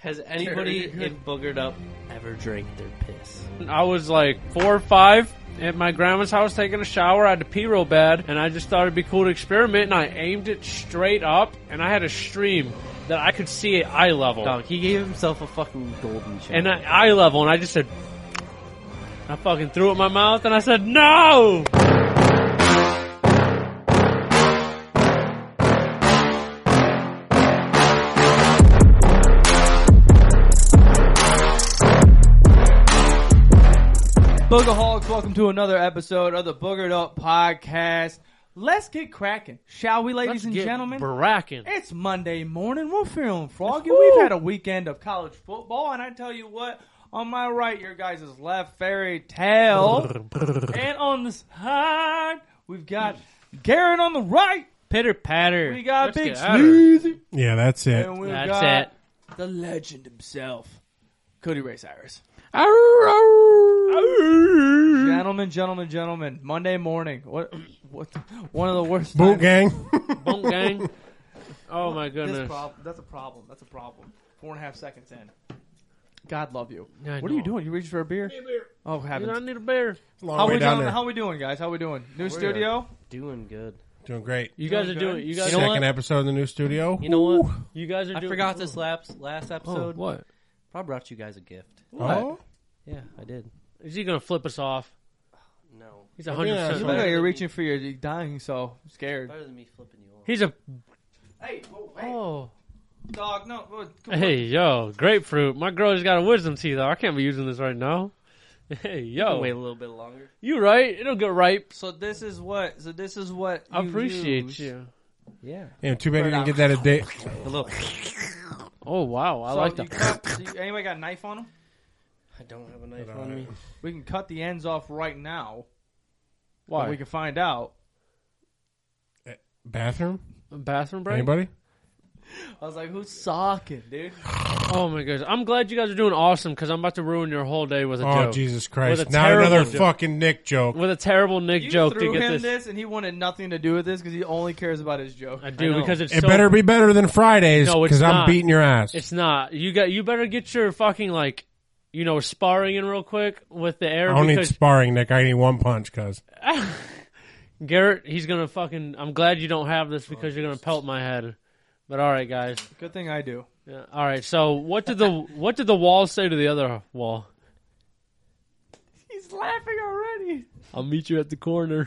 Has anybody in Boogered Up ever drank their piss? I was like four or five at my grandma's house taking a shower. I had to pee real bad, and I just thought it'd be cool to experiment. And I aimed it straight up, and I had a stream that I could see at eye level, Dog, he gave himself a fucking golden child. and at eye level, and I just said, I fucking threw it in my mouth, and I said, no. Boogerholics, welcome to another episode of the Boogered Up Podcast. Let's get cracking, shall we, ladies Let's and get gentlemen? Bracken. it's Monday morning. We're feeling froggy. Woo! We've had a weekend of college football, and I tell you what, on my right, your guys' left, Fairy Tale. and on the side, we've got Garrett on the right. Pitter patter. We got Let's Big get at her. Sneezy. Yeah, that's it. And we've That's got it. the legend himself, Cody Ray Cyrus. Gentlemen, gentlemen, gentlemen. Monday morning. What? What? The, one of the worst. Boot times- gang. Boom gang. Oh my This goodness. prob- that's a problem. That's a problem. Four and a half seconds in. God love you. Yeah, I what are you know. doing? You reaching for a beer? Oh Dude, I heavens! need a beer. Long How way we down doing? there. How we doing, guys? How we doing? New We're- studio. Doing good. Doing great. You guys are Doing good. doing. You guys. Second episode in the new studio. You know what? You guys are. I doing, forgot this last last Oh, episode. what? I brought you guys a gift. Oh, Yeah, I did. Is he gonna flip us off? No, He's a hundred You Yeah, percent. look better. better like you're than me. reaching for your you're dying, so I'm scared. better than me flipping you off. He's a. Hey, oh, hey, Oh. dog, no, oh, come on. Hey yo, grapefruit. My girl just got a wisdom teeth. though. I can't be using this right now. Hey yo, Wait a little bit longer. you right? It'll get ripe. So this is what. So this is what. I you appreciate use. you. Yeah, yeah, too bad you didn't get that a day. a little. Oh wow, I So like you that. cut- so you- anybody got a knife on them? I don't have a knife Hold on. on me. We can cut the ends off right now. but Why? We can find out. Bathroom? Bathroom break. Anybody? I was like, who's socking, dude? Oh my gosh, I'm glad you guys are doing awesome because I'm about to ruin your whole day with a Oh joke. Jesus Christ! With a Now terrible another joke. fucking Nick joke. With a terrible Nick You joke threw to get him this. this. and he wanted nothing to do with this because he only cares about his joke. I do I know. because it's It so better be better than Fridays No, it's because I'm not. beating your ass. It's not. You got. You better get your fucking like, you know, sparring in real quick with the I air don't need because sparring, Nick. I need one punch, cuz. Garrett, he's gonna fucking. I'm glad you don't have this Oh, because you're gonna pelt my head. But all right, guys. Good thing I do. Yeah, all right. So what did the what did the wall say to the other wall? He's laughing already. I'll meet you at the corner.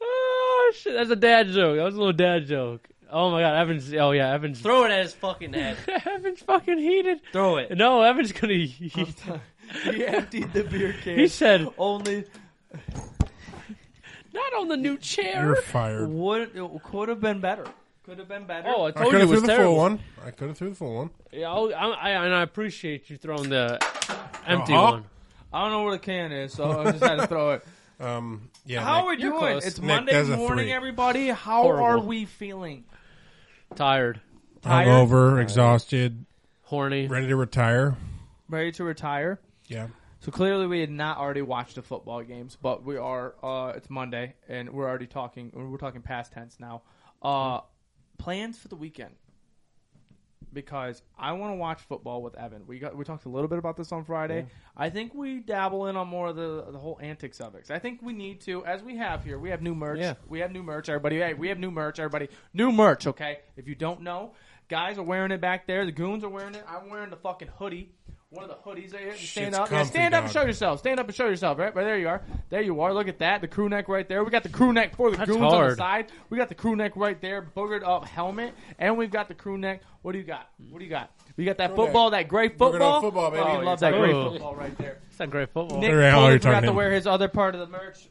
oh shit! That's a dad joke. That was a little dad joke. Oh my god, Evans. Oh yeah, Evans. Throw it at his fucking head. Evans fucking heated. Throw it. No, Evans gonna. He, he emptied the beer can. he said. only Not on the new You're chair. fired. would could have been better. Could have been better. Oh, I I told could you it have was threw the full terrible. one. I could have threw the full one. Yeah, I'll- I, I, and I appreciate you throwing the empty Uh-huh. one. I don't know where the can is, so I just had to throw it. Um, yeah. How are Nick, we you're doing? close. It's Nick, Monday there's a morning, three. everybody. How Horrible. are we feeling? Tired, tired? hungover, exhausted, horny. ready to retire? Ready to retire? Yeah. So clearly, we had not already watched the football games, but we are. Uh, it's Monday, and we're already talking. We're talking past tense now. Uh, plans for the weekend because I want to watch football with Evan. We got we talked a little bit about this on Friday. I think we dabble in on more of the the whole antics of it. 'Cause I think we need to, as we have here. We have new merch. Yeah. We have new merch, everybody. Hey, we have new merch, everybody. New merch, okay? If you don't know, guys are wearing it back there. The goons are wearing it. I'm wearing the fucking hoodie. One of the hoodies right here. Stand Shit's up, yeah, comfy, stand up and dog. show yourself. Stand up and show yourself. Right, right there you are. There you are. Look at that. The crew neck right there. We got the crew neck for the That's goons on the hard. side side. We got the crew neck right there, boogered up helmet, and we've got the crew neck. What do you got? What do you got? We got that Crew football, that great up football. football, baby. Oh, I love that Ooh. great football right there. It's not great football. Nick There you are, totally you're forgot to talking. wear his other part of the merch.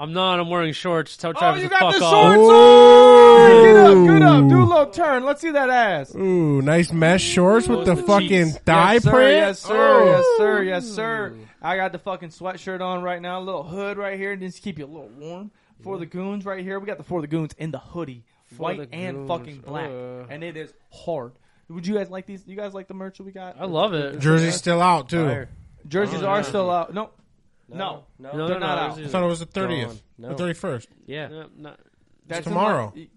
I'm not. I'm wearing shorts. Tell Oh, Travis you to got fuck the off. shorts on! Get up, get up, do a little turn. Let's see that ass. Ooh, nice mesh shorts with the, the fucking cheeks. thigh yes, sir, print. yes, sir, Oh. yes, sir, yes, sir. I got the fucking sweatshirt on right now, a little hood right here, just keep you a little warm. For the goons right here, we got the for the goons in the hoodie, white the and Goons, fucking black, uh. and it is hard. Would you guys like these? You guys like the merch that we got? I love it. Jersey's still out too. Fire. Jerseys Oh, are yeah. still out. No, no, no, No, They're no, not no, out. this I is- thought it was the thirtieth, Gone. No. the thirty first. Yeah, no, no. that's tomorrow. in my-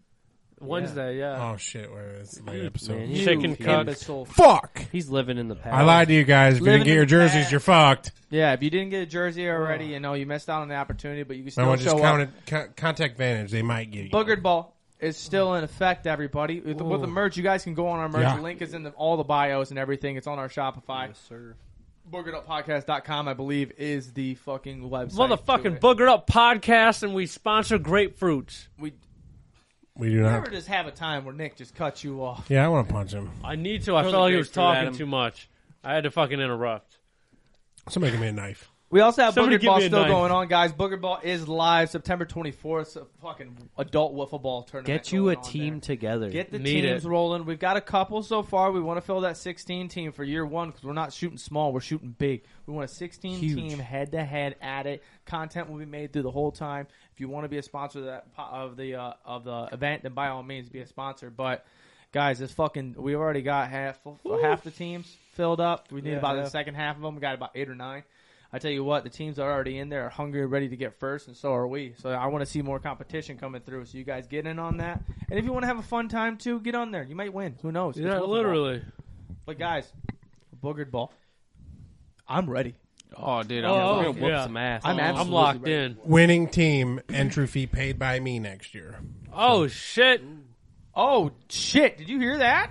Wednesday, Uh-huh. yeah. Oh shit! Wait, it's the late episode. Man, you- Chicken Can't cock. be sold. Fuck! He's living in the past. I lied to you guys. If you Living didn't get in your the jerseys, past. you're fucked. Yeah, if you didn't get a jersey already, you know you missed out on the opportunity, but you can I still want just show up. counted co- contact vantage. They might give you. Boogered ball is still in effect, everybody. With the, with the merch, you guys can go on our merch. Yeah. The link is in the, all the bios and everything. It's on our Shopify. Yes, sir. BoogeredUpPodcast.com, I believe, is the fucking website. to Motherfucking it. booger up podcast, and we sponsor grapefruits. We We do never not. just have a time where Nick just cuts you off. Yeah, I want to punch him. I need to. I felt Throw the like he was grapefruit at talking him. too much. I had to fucking interrupt. Somebody give me a knife. We also have Somebody Boogered give Ball me a still knife. going on, guys. Boogered Ball is live September 24th. A fucking adult wiffle ball tournament. Get you a going on team there. together. Get the Need teams it. rolling. We've got a couple so far. We want to fill that 16 team for year one because we're not shooting small. We're shooting big. We want a 16 Huge. team head to head at it. Content will be made through the whole time. If you want to be a sponsor of, that, of the uh, of the event, then by all means be a sponsor. But guys, this fucking we already got half half the teams filled up. We need Yeah, about yeah. the second half of them. We got about eight or nine. I tell you what, the teams that are already in there are hungry, ready to get first, and so are we. So I want to see more competition coming through. So you guys get in on that, and if you want to have a fun time too, get on there. You might win. Who knows? It's Yeah, wiffle ball. literally. But guys, boogered ball. I'm ready. oh, dude, I'm Oh, gonna fucking- yeah. ass. I'm I'm absolutely locked ready. in. Winning team entry fee paid by me next year. Oh shit. Oh shit! Did you hear that?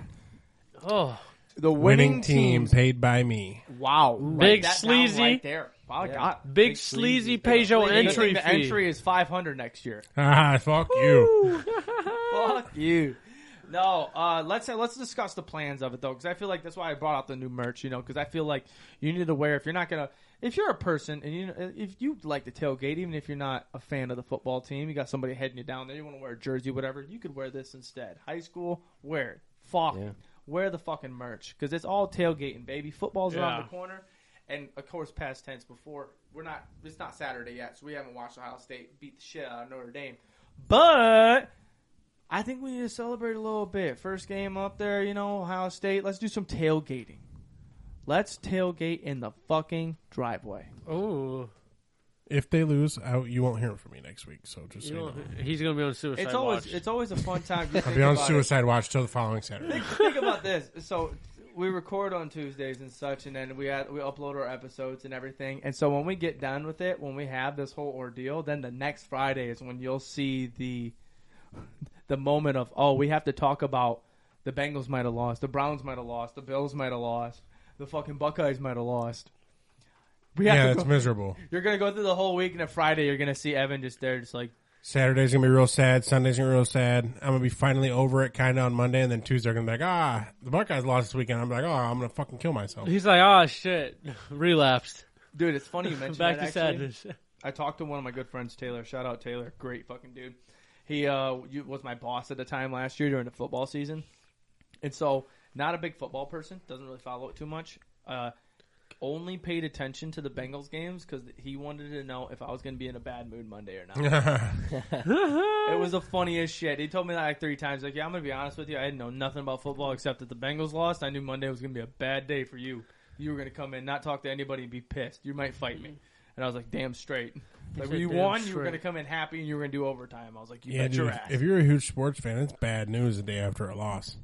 Oh, The Winning, winning, team teams. paid by me. Wow, Write Big that down sleazy. right there. Wow, God. big, sleazy, Peugeot Wait, entry the fee. entry is 500 next year. Ah, fuck you. Fuck you. No, uh, let's let's discuss the plans of it though, because I feel like that's why I brought out the new merch. You know, because I feel like you need to wear if you're not gonna if you're a person and you uh, if you like to tailgate, even if you're not a fan of the football team, you got somebody heading you down there, you want to wear a jersey, whatever, you could wear this instead. High school, wear it. Fuck, Yeah. wear the fucking merch because it's all tailgating, baby. Football's around Yeah. the corner, and of course, past tense before we're not. It's not Saturday yet, so we haven't watched Ohio State beat the shit out of Notre Dame, but. I think we need to celebrate a little bit. First game up there, you know, Ohio State. Let's do some tailgating. Let's tailgate in the fucking driveway. Oh, If they lose, I, you won't hear from me next week. So just so you you know. know, he's gonna be on suicide It's always watch. it's always a fun time. Just I'll think be on about it. suicide watch till the following Saturday. think about this. So we record on Tuesdays and such, and then we add, we upload our episodes and everything. And so when we get done with it, when we have this whole ordeal, then the next Friday is when you'll see the the moment of oh, we have to talk about the Bengals might have lost, the Browns might have lost, the Bills might have lost, the fucking Buckeyes might have lost. We have Yeah, to that's go, miserable. you're gonna go through the whole week, and then Friday you're gonna see Evan just there, just like Saturday's gonna be real sad. Sunday's gonna be real sad. I'm gonna be finally over it, kind of on Monday, and then Tuesday I'm gonna be like, ah, the Buckeyes lost this weekend. I'm like, oh, I'm gonna fucking kill myself. he's like, ah, shit, relapsed. dude, it's funny you mentioned Back that, to actually. sadness. I talked to one of my good friends, Taylor. Shout out Taylor, great fucking dude. He uh, you- was my boss at the time last year during the football season, and so not a big football person. Doesn't really follow it too much. Uh, only paid attention to the Bengals games because he wanted to know if I was going to be in a bad mood Monday or not. It was the funniest shit. He told me that like three times. Like, yeah, I'm gonna be honest with you. I didn't know nothing about football except that the Bengals lost. I knew Monday was gonna be a bad day for you. You were gonna come in, not talk to anybody, and be pissed. You might fight me. And I was like, damn straight. Like, said you damn won. You were straight. gonna come in happy, and you were gonna do overtime. I was like, you yeah, bet dude, your if- ass. if you're a huge sports fan, it's bad news the day after a loss.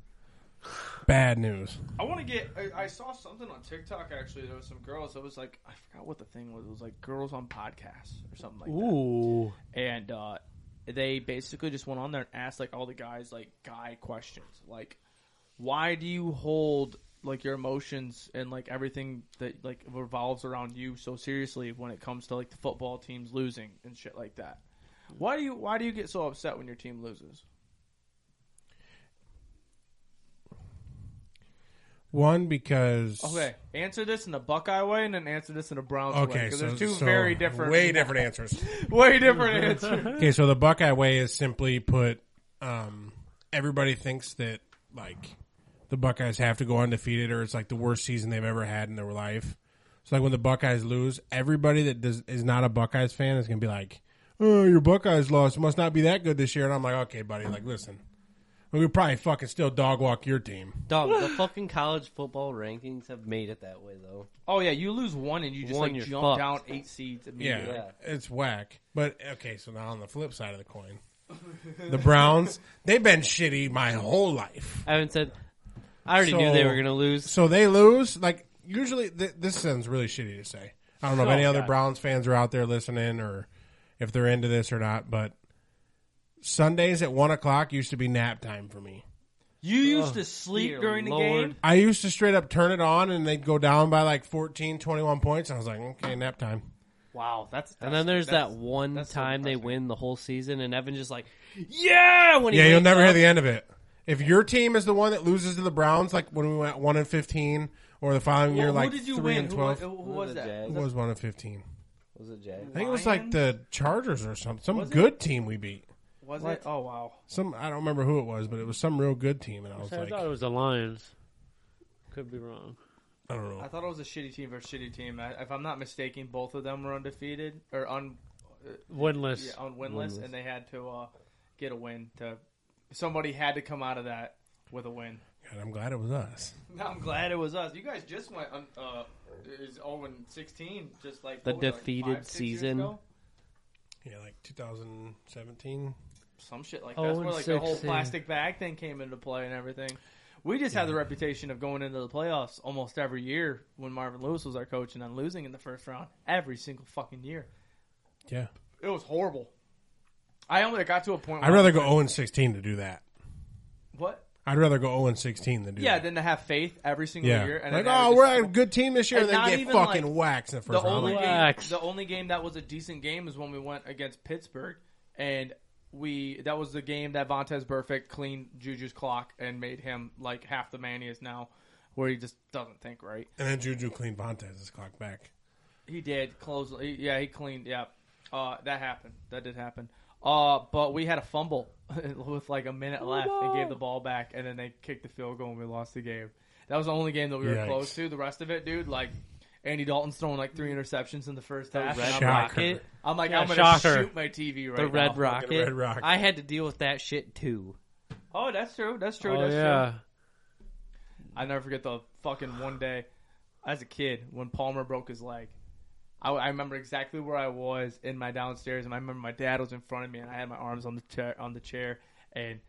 Bad news. I want to get. I, I saw something on TikTok actually. There was some girls. It was like I forgot what the thing was. It was like girls on podcasts or something like that. Ooh, and uh, they basically just went on there and asked like all the guys like guy questions like why do you hold like your emotions and like everything that like revolves around you so seriously when it comes to like the football teams losing and shit like that why do you why do you get so upset when your team loses One because okay answer this in a buckeye way and then answer this in a browns way Okay, because so there's two so very different way different answers. way different answers Okay, so the Buckeye way is simply put, um, everybody thinks that like the Buckeyes have to go undefeated, or it's like the worst season they've ever had in their life. So like when the Buckeyes lose, everybody that does, is not a Buckeyes fan is gonna be like, "Oh, your Buckeyes lost must not be that good this year." And I'm like, "Okay, buddy, like listen, we could probably fucking still dog walk your team." Dog, the fucking college football rankings have made it that way though. oh yeah you lose one and you just One, like you're jump fucked. down eight seeds immediately Yeah, it's whack. But okay, so now on the flip side of the coin, the Browns. They've been shitty my whole life. Evan said, "I already knew they So- were going to lose." So they lose. Like usually, th- this sounds really shitty to say. I don't know if Oh, any other God. Browns fans are out there listening, or if they're into this or not. But Sundays at one o'clock used to be nap time for me. You used to sleep dear during the Lord. game. I used to straight up turn it on, and they'd go down by like 14, 21 points. And I was like, okay, nap time. Wow, that's. And then there's that one that's so time they depressing. win the whole season, and Evan just like, "Yeah!" When he Yeah, you'll wakes never hear up. the end of it. If your team is the one that loses to the Browns, like when we went one and fifteen, or the following year, who like did you three win? and Who twelve, wa- Who, was the that? Jazz? it was one and fifteen. Was it Jay? I think it was like Lions? the Chargers or something. Some good team we beat. Was it? Oh wow. Some I don't remember who it was, but it was some real good team, and I was I like, thought it was the Lions. Could be wrong. I don't know. I thought it was a shitty team versus shitty team. I, if I'm not mistaken, both of them were undefeated or un, Winless. yeah, on winless, and they had to uh, get a win. To somebody had to come out of that with a win. God, I'm glad it was us. Now I'm glad it was us. You guys just went on. Uh, is 0 and 16 just like The what was it, like, defeated five, six years season. ago? Yeah, like 2017. Some shit like 0 that. and where like the whole 16. plastic bag thing came into play and everything. We just had the reputation of going into the playoffs almost every year when Marvin Lewis was our coach and then losing in the first round every single fucking year. Yeah, It was horrible. I only got to a point. I'd where- rather go 0 and 16 to do that. what? I'd rather go 0 and 16 than do Yeah, that. than to have faith every single yeah. year. And like, then oh, have we're this- a good team this year, And and then not get even, fucking like, waxed in the first the round. only Like, game, Relax. the only game that was a decent game is when we went against Pittsburgh, and we that was the game that Vontez Burfict cleaned Juju's clock and made him like half the man he is now, where he just doesn't think right. and then Juju cleaned Vontez's clock back. He did close. he- yeah, he cleaned. Yeah, uh, that happened. That did happen. Uh, but we had a fumble with like a minute left and gave the ball back, and then they kicked the field goal and we lost the game. That was the only game that we were Yikes. close to. The rest of it, dude, like Andy Dalton's throwing like three interceptions in the first half. Red and I'm like, Shocker. Rocket. I'm like, Yeah, I'm gonna shocker. shoot my TV right The now. Red Rocket. Red Rocket. I had to deal with that shit too. Oh, that's true. That's true. Oh that's true. yeah. I never forget the fucking one day as a kid when Palmer broke his leg. I, I remember exactly where I was in my downstairs, and I remember my dad was in front of me, and I had my arms on the chair, on the chair, and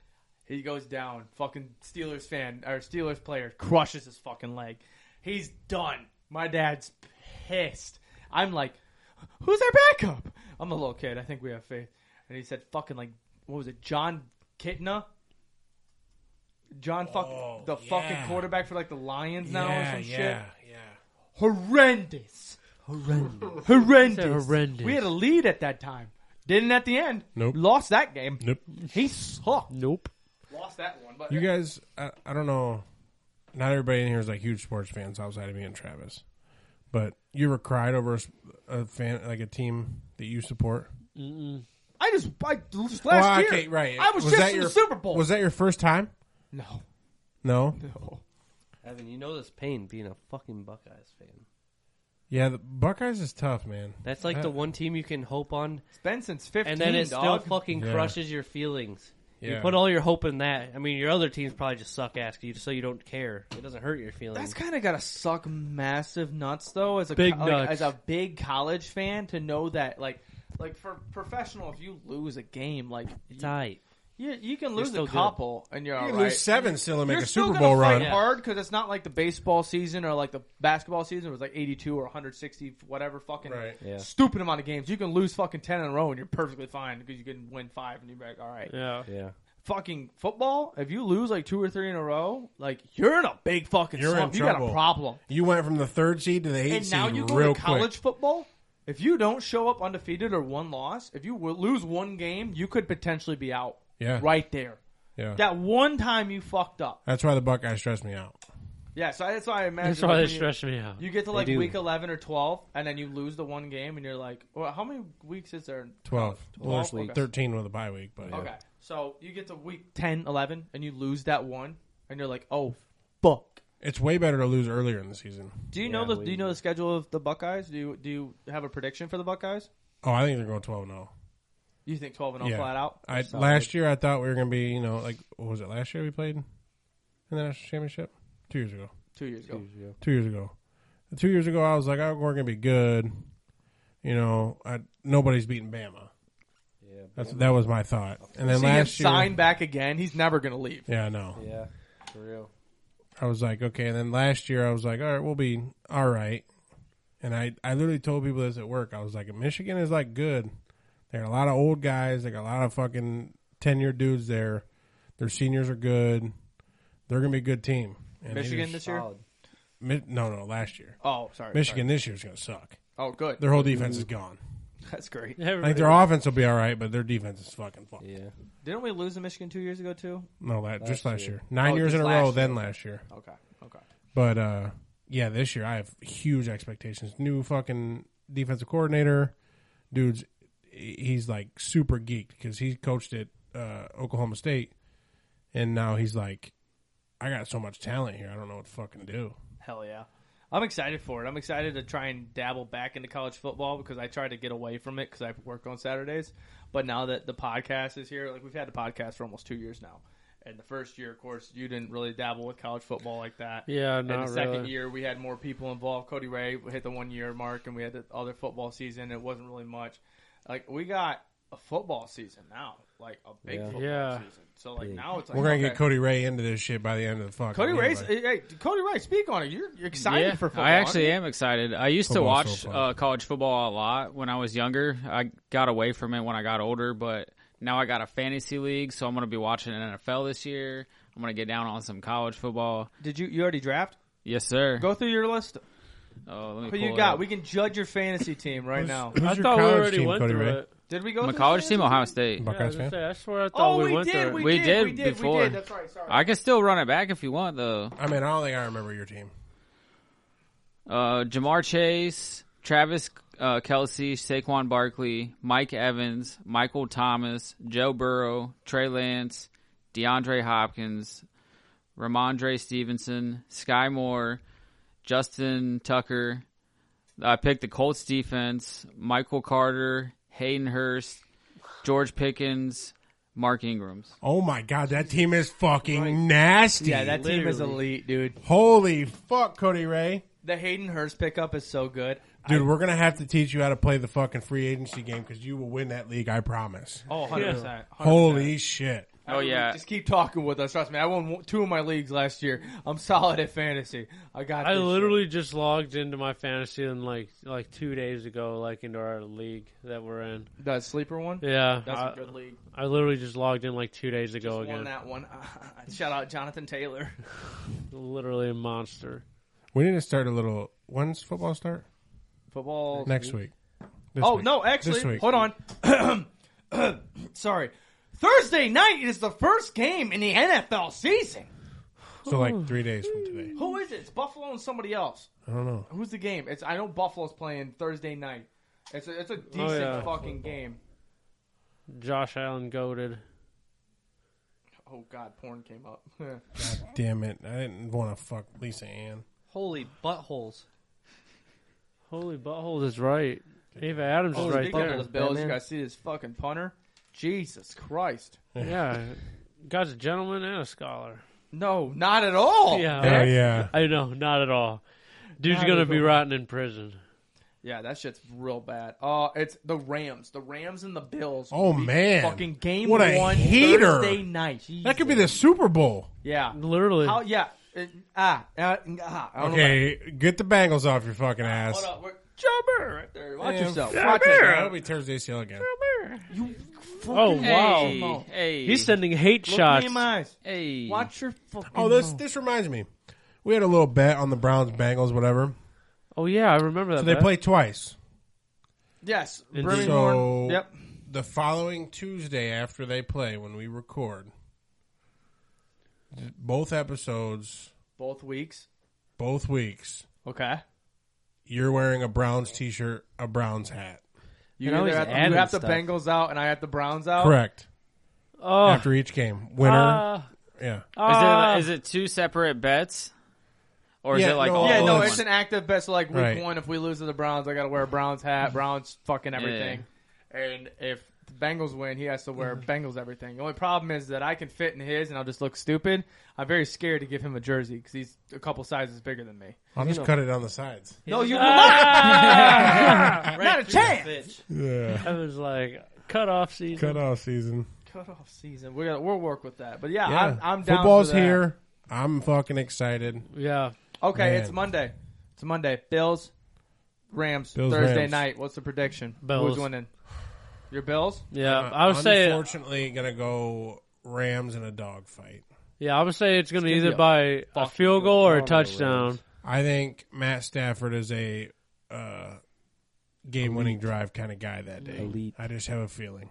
he goes down. Fucking Steelers fan or Steelers player crushes his fucking leg. He's done. My dad's pissed. I'm like, who's our backup? I'm a little kid. I think we have faith. And he said, fucking like, what was it, John Kitna? John fuck Oh, the yeah. fucking quarterback for like the Lions now or yeah, some yeah, shit. yeah. Horrendous. Horrendous. Horrendous. He said horrendous. We had a lead at that time. Didn't at the end. Nope. Lost that game. Nope. He sucked. Nope. Lost that one. But You guys, I, I don't know. Not everybody in here is like huge sports fans outside of me and Travis, but you ever cried over a, s- a fan like a team that you support? I just, I, just last Well, year, okay, right. I was, Was just that in your- the Super Bowl. Was that your first time? no, No. no. Evan, you know this pain being a fucking Buckeyes fan. Yeah, the Buckeyes is tough, man. That's like the That- one team you can hope on, It's been since 15, and then it still dog. fucking Yeah. crushes your feelings. You Yeah. put all your hope in that. I mean, your other teams probably just suck ass, 'cause you so you don't care. It doesn't hurt your feelings. That's kind of gotta suck massive nuts though, as a Big co- like, nuts. as a big college fan to know that like like for professional, if you lose a game, like it's tight. you, you can lose still a good. couple and you're You all can right. lose seven still and make You're a still Super gonna Bowl fight run. hard because it's not like the baseball season or like the basketball season was like 82 or 160 whatever fucking Right. Yeah. stupid amount of games. You can lose fucking 10 in a row and you're perfectly fine because you can win five and you're like all right. Yeah. Yeah. Fucking football, if you lose like two or three in a row, like you're in a big fucking You're in slump. You got a trouble. problem. You went from the third seed to the eighth And now seed you go real to college quick. football. If you don't show up undefeated or one loss, if you w- lose one game, you could potentially be out. Yeah. Right there. Yeah. That one time you fucked up. That's why the Buckeyes stress me out. Yeah, so that's why I imagine. That's why like, they when you- stressed me out. You get to like do. week 11 or 12, and then you lose the one game, and you're like, well, how many weeks is there? in Twelve. Well, there's Twelve, okay. thirteen with a bye week, but Okay. So you get to week 10, 11, and you lose that one, and you're like, oh, fuck. it's way better to lose earlier in the season. Do you Yeah, know the we- Do you know the schedule of the Buckeyes? Do you do you have a prediction for the Buckeyes? Oh, I think they're going twelve and zero. You think twelve and zero Yeah. flat out? I Solid. last year I thought we were gonna be, you know, like what was it last year we played in the national championship? Two years ago. two years ago. Two years ago. Two years ago I was like, oh, we're gonna be good. You know, I, nobody's beating Bama. Yeah, That's, that was my thought. And then See him last year, sign back again. He's never gonna leave. yeah, no, yeah, for real. I was like, okay. And then last year, I was like, all right, we'll be all right. And I, I literally told people this at work. I was like, Michigan is like good. They got a lot of old guys. They got a lot of fucking ten year dudes there. Their seniors are good. They're gonna be a good team. And they Michigan just- this year. Solid. Mi- no, no, last year. Oh, sorry. Michigan this year's gonna suck. sorry. Oh, good. Their whole defense is gone. That's great. I think their offense will be all right, but their defense is fucking fucked. Yeah, Didn't we lose to Michigan two years ago too? No, la- Last just last year. year. Nine Oh, years in just a last row. year. Then last year. Okay. Okay. But uh, yeah, this year I have huge expectations. New fucking defensive coordinator, dude's he's like super geeked because he coached at uh, Oklahoma State, and now he's like, I got so much talent here, I don't know what to fucking do. Hell yeah. I'm excited for it. I'm excited to try and dabble back into college football because I tried to get away from it because I work on Saturdays. But now that the podcast is here, like we've had the podcast for almost two years now. And the first year, of course, you didn't really dabble with college football like that. Yeah, And the not second really. year, we had more people involved. Cody Ray hit the one year mark, and we had the other football season. It wasn't really much. Like we got a football season now, like a big Yeah. football Yeah. season. So like Big. now it's like We're gonna okay. get Cody Ray into this shit by the end of the fucking. Cody year, Ray's like- hey, hey, Cody Ray, speak on it. You're, you're excited yeah, for football. I actually aren't am excited. I used to Football's watch so fun. uh, college football a lot when I was younger. I got away from it when I got older, but now I got a fantasy league, so I'm going to be watching NFL this year. I'm going to get down on some college football. you? Did you you already draft? Yes, sir. Go through your list. Oh, let me Who pull you it got? up. We can judge your fantasy team right now. Who's I your thought we college already team, went Cody through Ray? it. Did we go? My through college the team, fantasy Ohio State. Yeah, I, was Buckeyes gonna fan. say, I swear I thought Oh, we, we, went did, through we it. We did. did We did. We before. did. That's right. Sorry. I can still run it back if you want, though. I mean, I don't think I remember your team. Uh, Jamar Chase, Travis uh, Kelsey, Saquon Barkley, Mike Evans, Michael Thomas, Joe Burrow, Trey Lance, DeAndre Hopkins, Ramondre Stevenson, Sky Moore, Justin Tucker. I picked the Colts defense, Michael Carter, Hayden Hurst, George Pickens, Mark Ingrams. Oh my god, that team is fucking nasty. yeah, that team is elite, dude. Holy fuck, Cody Ray. The Hayden Hurst pickup is so good. Dude, we're gonna have to teach you how to play the fucking free agency game because you will win that league. I promise. Oh, 100 percent. Holy shit! Oh, yeah. Just keep talking with us. Trust me. I won one- two of my leagues last year. I'm solid at fantasy. I got. I this literally just logged into my fantasy and like like two days ago, like into our league that we're in. shit. the sleeper one. Yeah, That's Uh, I, a good league. I literally just logged in like two days ago Just won again. that one. shout out Jonathan Taylor. Literally a monster. We need to start a little. When's football start? Football Next week. This Oh week. no, This actually, week. hold on. Sorry. Thursday night is the first game in the NFL season. So like three days from today. Who is it? It's Buffalo and somebody else. I don't know. Who's the game? It's I know Buffalo's playing Thursday night. It's a, it's a Oh, decent yeah. fucking game. Josh Allen goaded. Oh god, porn came up. Damn it! I didn't want to fuck Lisa Ann. Holy buttholes. Holy buttholes is right. Ava Adams is right Speaking of there. those Bills, you Batman. guys see this fucking punter? Jesus Christ. Yeah, God's a gentleman and a scholar. No, not at all. Yeah. Oh Huh? yeah. I know, not at all. Dude's Not gonna at be all. rotting in prison. Yeah, that shit's real bad. Uh, it's the Rams. The Rams and the Bills. Oh man! Fucking game What a one heater! Thursday night. That could be the Super Bowl. Yeah. Literally, How, yeah. Uh, ah. Uh, ah. I don't know about- Okay, get the Bengals off your fucking ass. Hold up. We're, Jumper right there. Watch Yeah, yourself. fuck Watch it. yourself. That'll be Thursday ACL again. You Oh, fucking wow. Hey, Hey, hey. he's sending hate Look shots. me in my eyes. Hey. Watch your fucking. Oh, this this reminds me. We had a little bet on the Browns Bengals whatever. Oh yeah, I remember that. So they bet. play twice. Yes. Indeed. Birmingham. So- Yep. the following Tuesday after they play when we record both episodes Both weeks. both weeks Okay. you're wearing a Browns t-shirt a Browns hat You, And either always have, to, you adding have the stuff. Bengals out and I have the Browns out. correct Oh, after each game winner uh, yeah oh, Is uh, it, is it two separate bets? Or is Yeah, it like no, all Yeah, in no, Oh, one? it's an active bet. So like week Right. one, if we lose to the Browns, I got to wear a Browns hat, Browns fucking everything. And if the Bengals win, he has to wear Mm-hmm. Bengals everything. The only problem is that I can fit in his, and I'll just look stupid. I'm very scared to give him a jersey because he's a couple sizes bigger than me. I'll just cut it down the sides No, you ah! not a chance. yeah I was like, Cut off season. Cut off season. Cutoff season. We're gonna we'll work with that. But yeah, Yeah, I'm, I'm down. for football's that. here. I'm fucking excited. Yeah. Okay, Man. it's Monday. It's Monday. Bills, Rams. Bills, Thursday Rams. night. What's the prediction? Bills. Who's winning? Your Bills. Yeah. Uh, I would say unfortunately, gonna go Rams in a dogfight. yeah, I would say it's gonna gonna either be a by a fucking field goal or a phenomenal touchdown. I think Matt Stafford is a uh, game-winning drive kind of guy that day. Elite. I just have a feeling.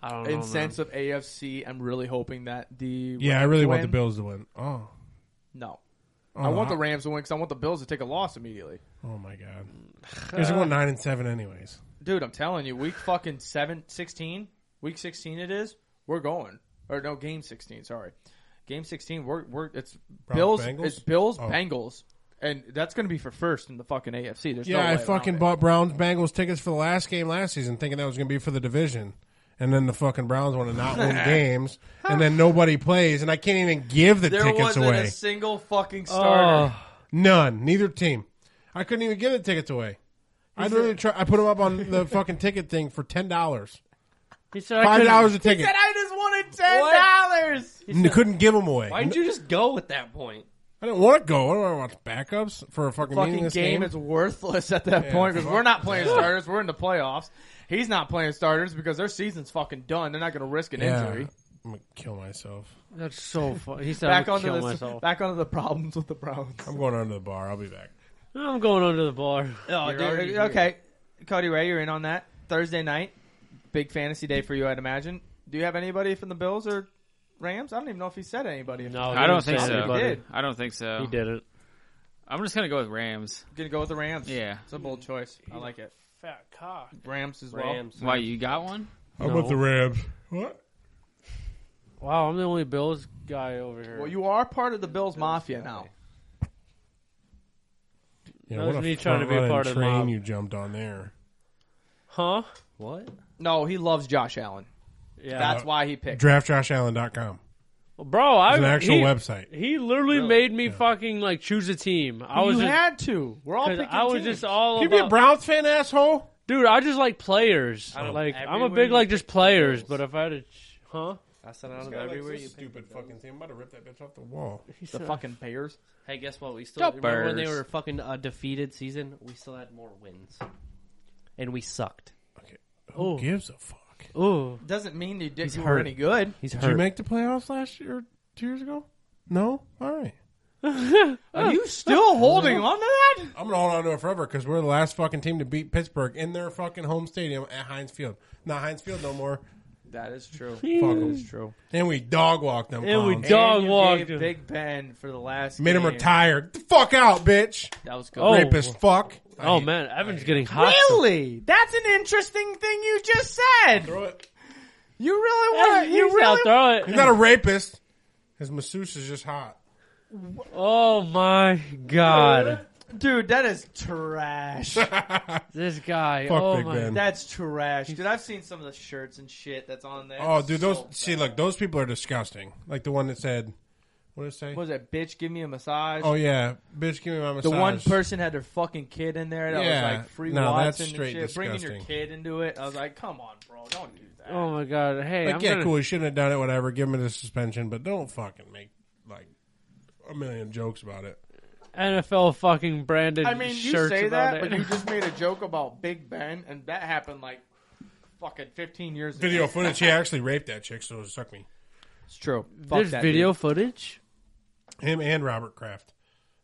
I don't know. In man. sense of AFC, I'm really hoping that the Yeah, I Rams really win. want the Bills to win. Oh, No, oh I want the Rams to win because I want the Bills to take a loss immediately. Oh my god, because going nine and seven anyways. Dude, I'm telling you, week fucking seven, 16, week 16 it is. We're going. Or no, game 16, sorry. Game 16, we're we're it's Browns, Bills Bengals? it's Bills Oh. Bengals. And that's going to be for first in the fucking AFC. There's no Yeah, way I around fucking it. bought Browns Bengals tickets for the last game last season, thinking that was going to be for the division, and then the fucking Browns want to not win games, and then nobody plays, and I can't even give the There tickets wasn't away. a single fucking starter. Oh, None, neither team. I couldn't even give the tickets away. I literally try. I put them up on the fucking ticket thing for ten dollars, he said I five couldn't- dollars a ticket. I just wanted ten dollars. And couldn't give them away. Why'd you just go at that point? I didn't want to go. What do I watch backups for a fucking, Fucking game, meaningless game? is worthless at that point point because we're not playing starters. We're in the playoffs. He's not playing starters because their season's fucking done. They're not going to risk an yeah. injury. I'm gonna kill myself. That's so funny. He said Back I would onto kill the myself. back onto the problems with the Browns. I'm going under the bar. I'll be back. I'm going under the bar. Oh, You're dude, already here. okay. Cody Ray, you're in on that. Thursday night, big fantasy day for you, I'd imagine. Do you have anybody from the Bills or Rams? I don't even know if he said anybody. No, I don't think he so. Oh, didn't say Oh. He anybody. did. I don't think so. He didn't. I'm just gonna go with Rams. Gonna go with the Rams. Yeah. It's a bold choice. I like it. Fat cock. Rams as well. Rams. Why you got one? How about the Rams? What? Wow, I'm the only Bills guy over here. Well, you are part of the Bills Mafia now. That Yeah, what was a me trying to be a front-running part of the train mob. you jumped on there. huh? What? No, he loves Josh Allen. Yeah, That's why he picked. DraftJoshAllen.com. bro. I It's an actual he, website. He literally made me fucking like choose a team. I was you just, had to. We're all 'cause picking I was teams. just all You be a about- Browns fan, asshole. dude. I just like players. Out of Like I'm a everywhere big you like just pick players. Bills. But if I had, a, ch- huh? I said out of everywhere you pick. stupid fucking thing. I'm about to rip that bitch off the wall. the fucking Bears. Hey, guess what? We still Go remember when they Bears. were fucking uh, defeated season. We still had more wins, and we sucked. Who Ooh. gives a fuck? Ooh, Doesn't mean he did He's you were hurt. any good. He's Oh. Did hurt. you make the playoffs last year, two years ago? No. All right. Are you still holding on to that? I'm gonna hold on to it forever because we're the last fucking team to beat Pittsburgh in their fucking home stadium at Heinz Field. Not Heinz Field no more. That is true. Fuck 'em. It's true. And we dog walked them. And we clowns. dog- Dog and you walked gave him. Big Ben for the last. made them game. retire. Get the fuck out, bitch. That was good. Oh. Rapist fuck. I oh hate- man, Evan's getting hot. really? That's an interesting thing you just said. Throw it. You really Yeah, want? he's You out really? there. He's not a rapist. His masseuse is just hot. Oh my god, Dude, that is trash. this guy. Fuck oh Big my. Ben. That's trash, dude. I've seen some of the shirts and shit that's on there. Oh, dude, those So see, bad. look, those people are disgusting. Like the one that said, "What did it say?" What was that bitch? Give me a massage. oh yeah, bitch, give me my massage. The one person had their fucking kid in there that Yeah. was like free No, that's Watson and straight shit. Bringing your disgusting. kid into it, I was like, come on, bro, don't do that. Oh my god. Hey, Like, I'm yeah, gonna, cool. He shouldn't have done it. Whatever. Give him the suspension, but don't fucking make like a million jokes about it. NFL fucking branded. I mean, you shirts say about that, it. but you just made a joke about Big Ben, and that happened like fucking 15 years ago. Video footage. He actually raped that chick, so it suck me. It's true. Fuck There's that video dude. footage. Him and Robert Kraft,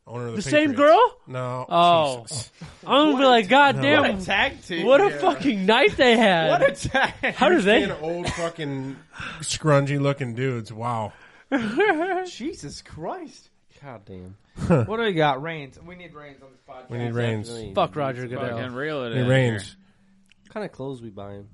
owner of the, The same Patriots. girl? No. Oh. Jesus. I'm gonna be like, God What damn, a tag team. what a Yeah. fucking night they had. What a tag. How do Being they? old fucking scrungy looking dudes. Wow. Jesus Christ. God damn. What do we got? Reigns. We need Reigns on this podcast. We need rains. We Fuck Roger Goodell. Fucking reel it need in. rains. What kind of clothes we buying?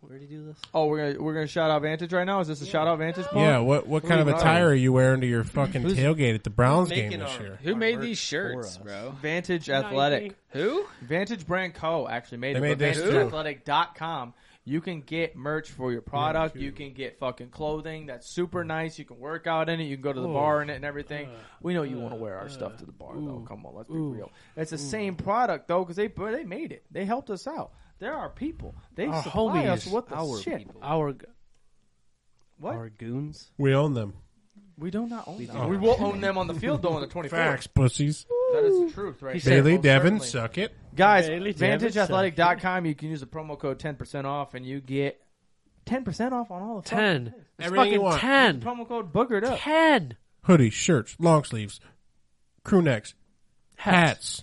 Where do you do this? Oh, we're gonna we're gonna shout out Vantage right now. Is this a shout out Vantage? Paul? Yeah. What what kind of Who's attire are you wearing to your fucking tailgate at the Browns making game this our- year? Who made work these shirts, for us. bro? Vantage Athletic. Who? Vantage Brand Co. actually made They it. made but this VantageAthletic.com. You can get merch for your product. you can get fucking clothing that's super nice. You can work out in it. You can go to the bar in it and everything. we know you want to wear our stuff to the bar, though. Come on, let's be real. It's the same product though, because they they made it. They helped us out. There are people. They Our supply us homies, with the our shit. people. Our g- What? Our goons. We own them. we do not own them. don't. We will own them on the field though in the 24th. Facts, "Oh, pussies. That is the truth, right? there. Bailey Most Devin, certainly. suck it. Guys, Bailey Davis, uh, VantageAthletic.com. You can use the promo code 10% off, and you get 10% off on all the fucking ten. things. It's Everything you fucking want. ten. Promo code boogered up. Ten. Hoodies, shirts, long sleeves, crew necks, hats,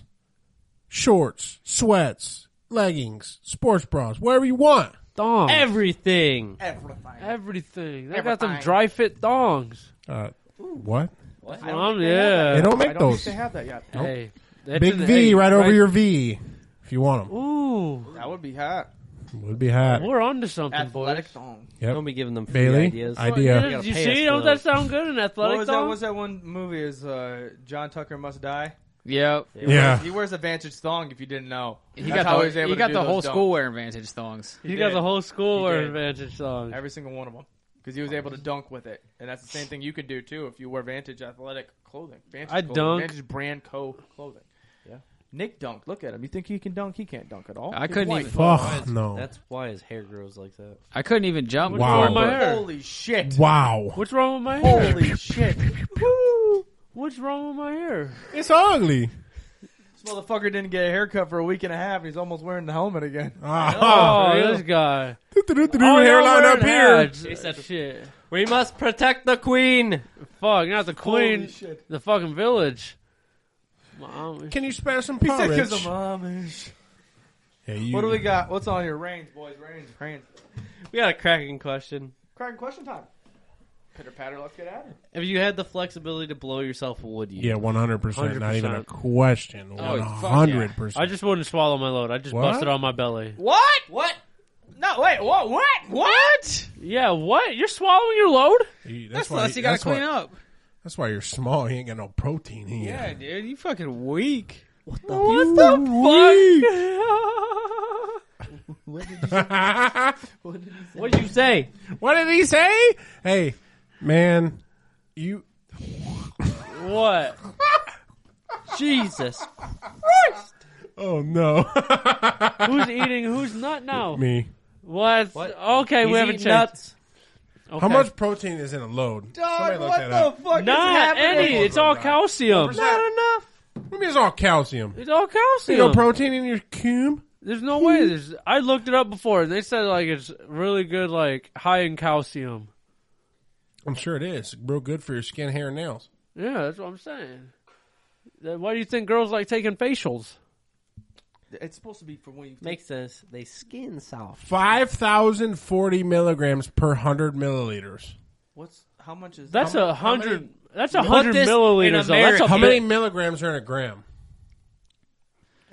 shorts, sweats, leggings, sports bras, whatever you want. Thongs. Everything. Everything. Everything. They got them Everything. dry fit thongs. Uh, what? Um, They yeah. don't I make don't those. think they have that yet. Nope. Hey, that's Big an- V hey, right over your V if you want them. Ooh, That would be hot. Would be hot. we're onto something, boys. Athletic thong. Yep. Don't be giving them free Bailey, ideas. idea. Did gotta you pay see? us Don't for that those. sound good? An athletic What was that? thong? What was that one movie? Is uh, John Tucker Must Die? Yep. Yeah. He wears a Vantage thong. If you didn't know, He That's got how the, he's able he to got do the those whole dunks. school wearing Vantage thongs. You got did. the whole school He wearing did. advantage songs. Every single one of them. Because he was able to dunk with it, and that's the same thing you can do too if you wear Vantage athletic clothing. Vantage I clothing. dunk. Vantage brand co clothing. Yeah. Nick dunked. Look at him. You think he can dunk? He can't dunk at all. I He's couldn't white. even- Fuck no. That's why his hair grows like that. I couldn't even Wow. jump. before, Where's my but- hair? Holy shit! Wow. What's wrong with my hair? Holy shit! What's wrong with my hair? It's ugly. This motherfucker didn't get a haircut for a week and a half, and he's almost wearing the helmet again. Ah. Oh, for real? this guy. Oh, Do-do-do-do-do, y'all hairline wearing up here. hats. Shit. We must protect the queen. Fuck, not Holy the queen. shit. The fucking village. Mom. Can you spare some He said, porridge? 'Cause I'm Amish. Hey, you- What do we got? What's on here? Reigns, boys. Reigns. Reigns. We got a cracking question. Cracking question time. Pitter patter. Let's get at it. If you had the flexibility to blow yourself, would you? Yeah, one hundred percent. Not even a 100%. question. One Oh, fuck hundred I percent. just wouldn't swallow my load. I just What? busted on my belly. What? What? No, wait. What? What? What? Yeah, what? You're swallowing your load? That's That's why less you gotta that's why- clean up. That's why you're small. You ain't got no protein in you. Yeah, dude, you fucking weak. What the fuck? What did you say? what did he say? Hey, man, you What? Jesus. Oh no. Who's eating who's nut now? Me. What? Okay, He's we haven't eating checked. nuts. Okay. How much protein is in a load? Somebody Dog, look what that the up. fuck is Not happening? any. It's all calcium. Not enough. What do you mean it's all calcium? It's all You no calcium. protein in your cum? There's no way. There's, I looked it up before, and they said like it's really good, like high in calcium. I'm sure it is. Real good for your skin, hair, and nails. Yeah, that's what I'm saying. Then Why do you think girls like taking facials? It's supposed to be for when you Makes sense. They skin soft. Five thousand forty milligrams per hundred milliliters. What's how much is That's how a hundred. many- That's a Put hundred this in milliliters. Though. That's America. a How bit- many milligrams are in a gram?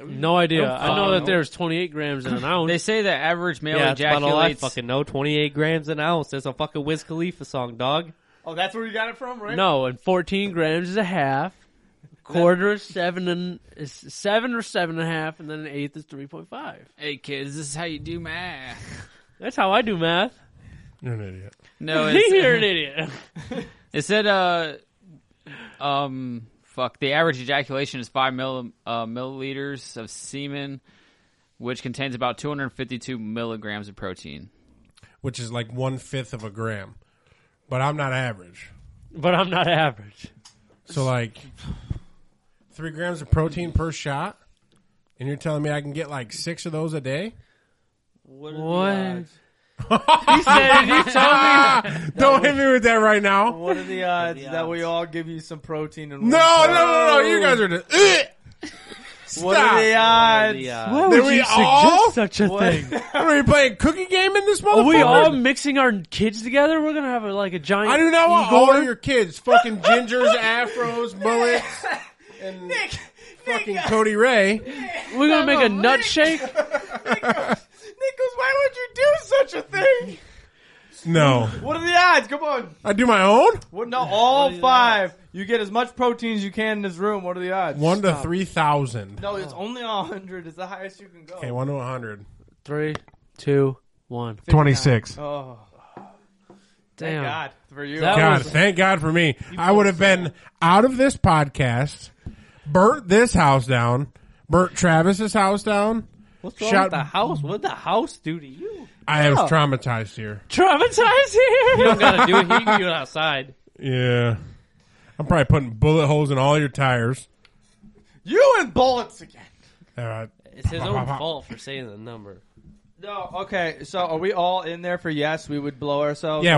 No idea. I know fucking that there's 28 grams in an ounce. They say the average male Yeah, that's about all I ejaculates. fucking know. 28 grams an ounce. That's a fucking Wiz Khalifa song, dog. Oh, that's where you got it from, right? No, and 14 grams is a half. Quarter is seven and is seven or seven and a half, and then an eighth is 3.5. Hey kids, this is how you do math. That's how I do math. You're an idiot. No, You're it's, an idiot. It said, uh, um, fuck, the average ejaculation is 5 mil, uh, milliliters of semen, which contains about 252 milligrams of protein. Which is like one fifth of a gram. But I'm not average. But I'm not average. So like three grams of protein per shot, and you're telling me I can get like six of those a day? What? What? he said, he told me. Don't hit me with that right now. What are the odds that we all give you some protein and No, no, no, no! You guys are just. Ugh! Stop. What are the odds? Yeah. Why Did we all? such a What? Are we playing cookie game in this motherfucker? Are we all mixing our kids together? We're gonna have a, like a giant. I do not want Igor? all of your kids, fucking gingers, afros, bullets, and fucking Cody Ray. We're gonna make a nut shake. Nichols, why would you do such a thing? No, What are the odds? Come on. I do my own What? No, all five. You get as much protein as you can in this room. What are the odds? one to three thousand. No, it's only a hundred. It's the highest you can go. Okay, one to a hundred. Three, two, one. Twenty six. Oh, Damn. thank God for you. That God, was- thank God for me. I would have been out of this podcast, burnt this house down, burnt Travis's house down, What's wrong Shout- with the house? What did the house do to you? I was traumatized here. Traumatized You here. don't gotta do it. here. You can do it outside. Yeah. I'm probably putting bullet holes in all your tires. You and bullets again. Uh, It's his own fault for saying the number. No, okay. So are we all in there for yes? We would blow ourselves. yeah,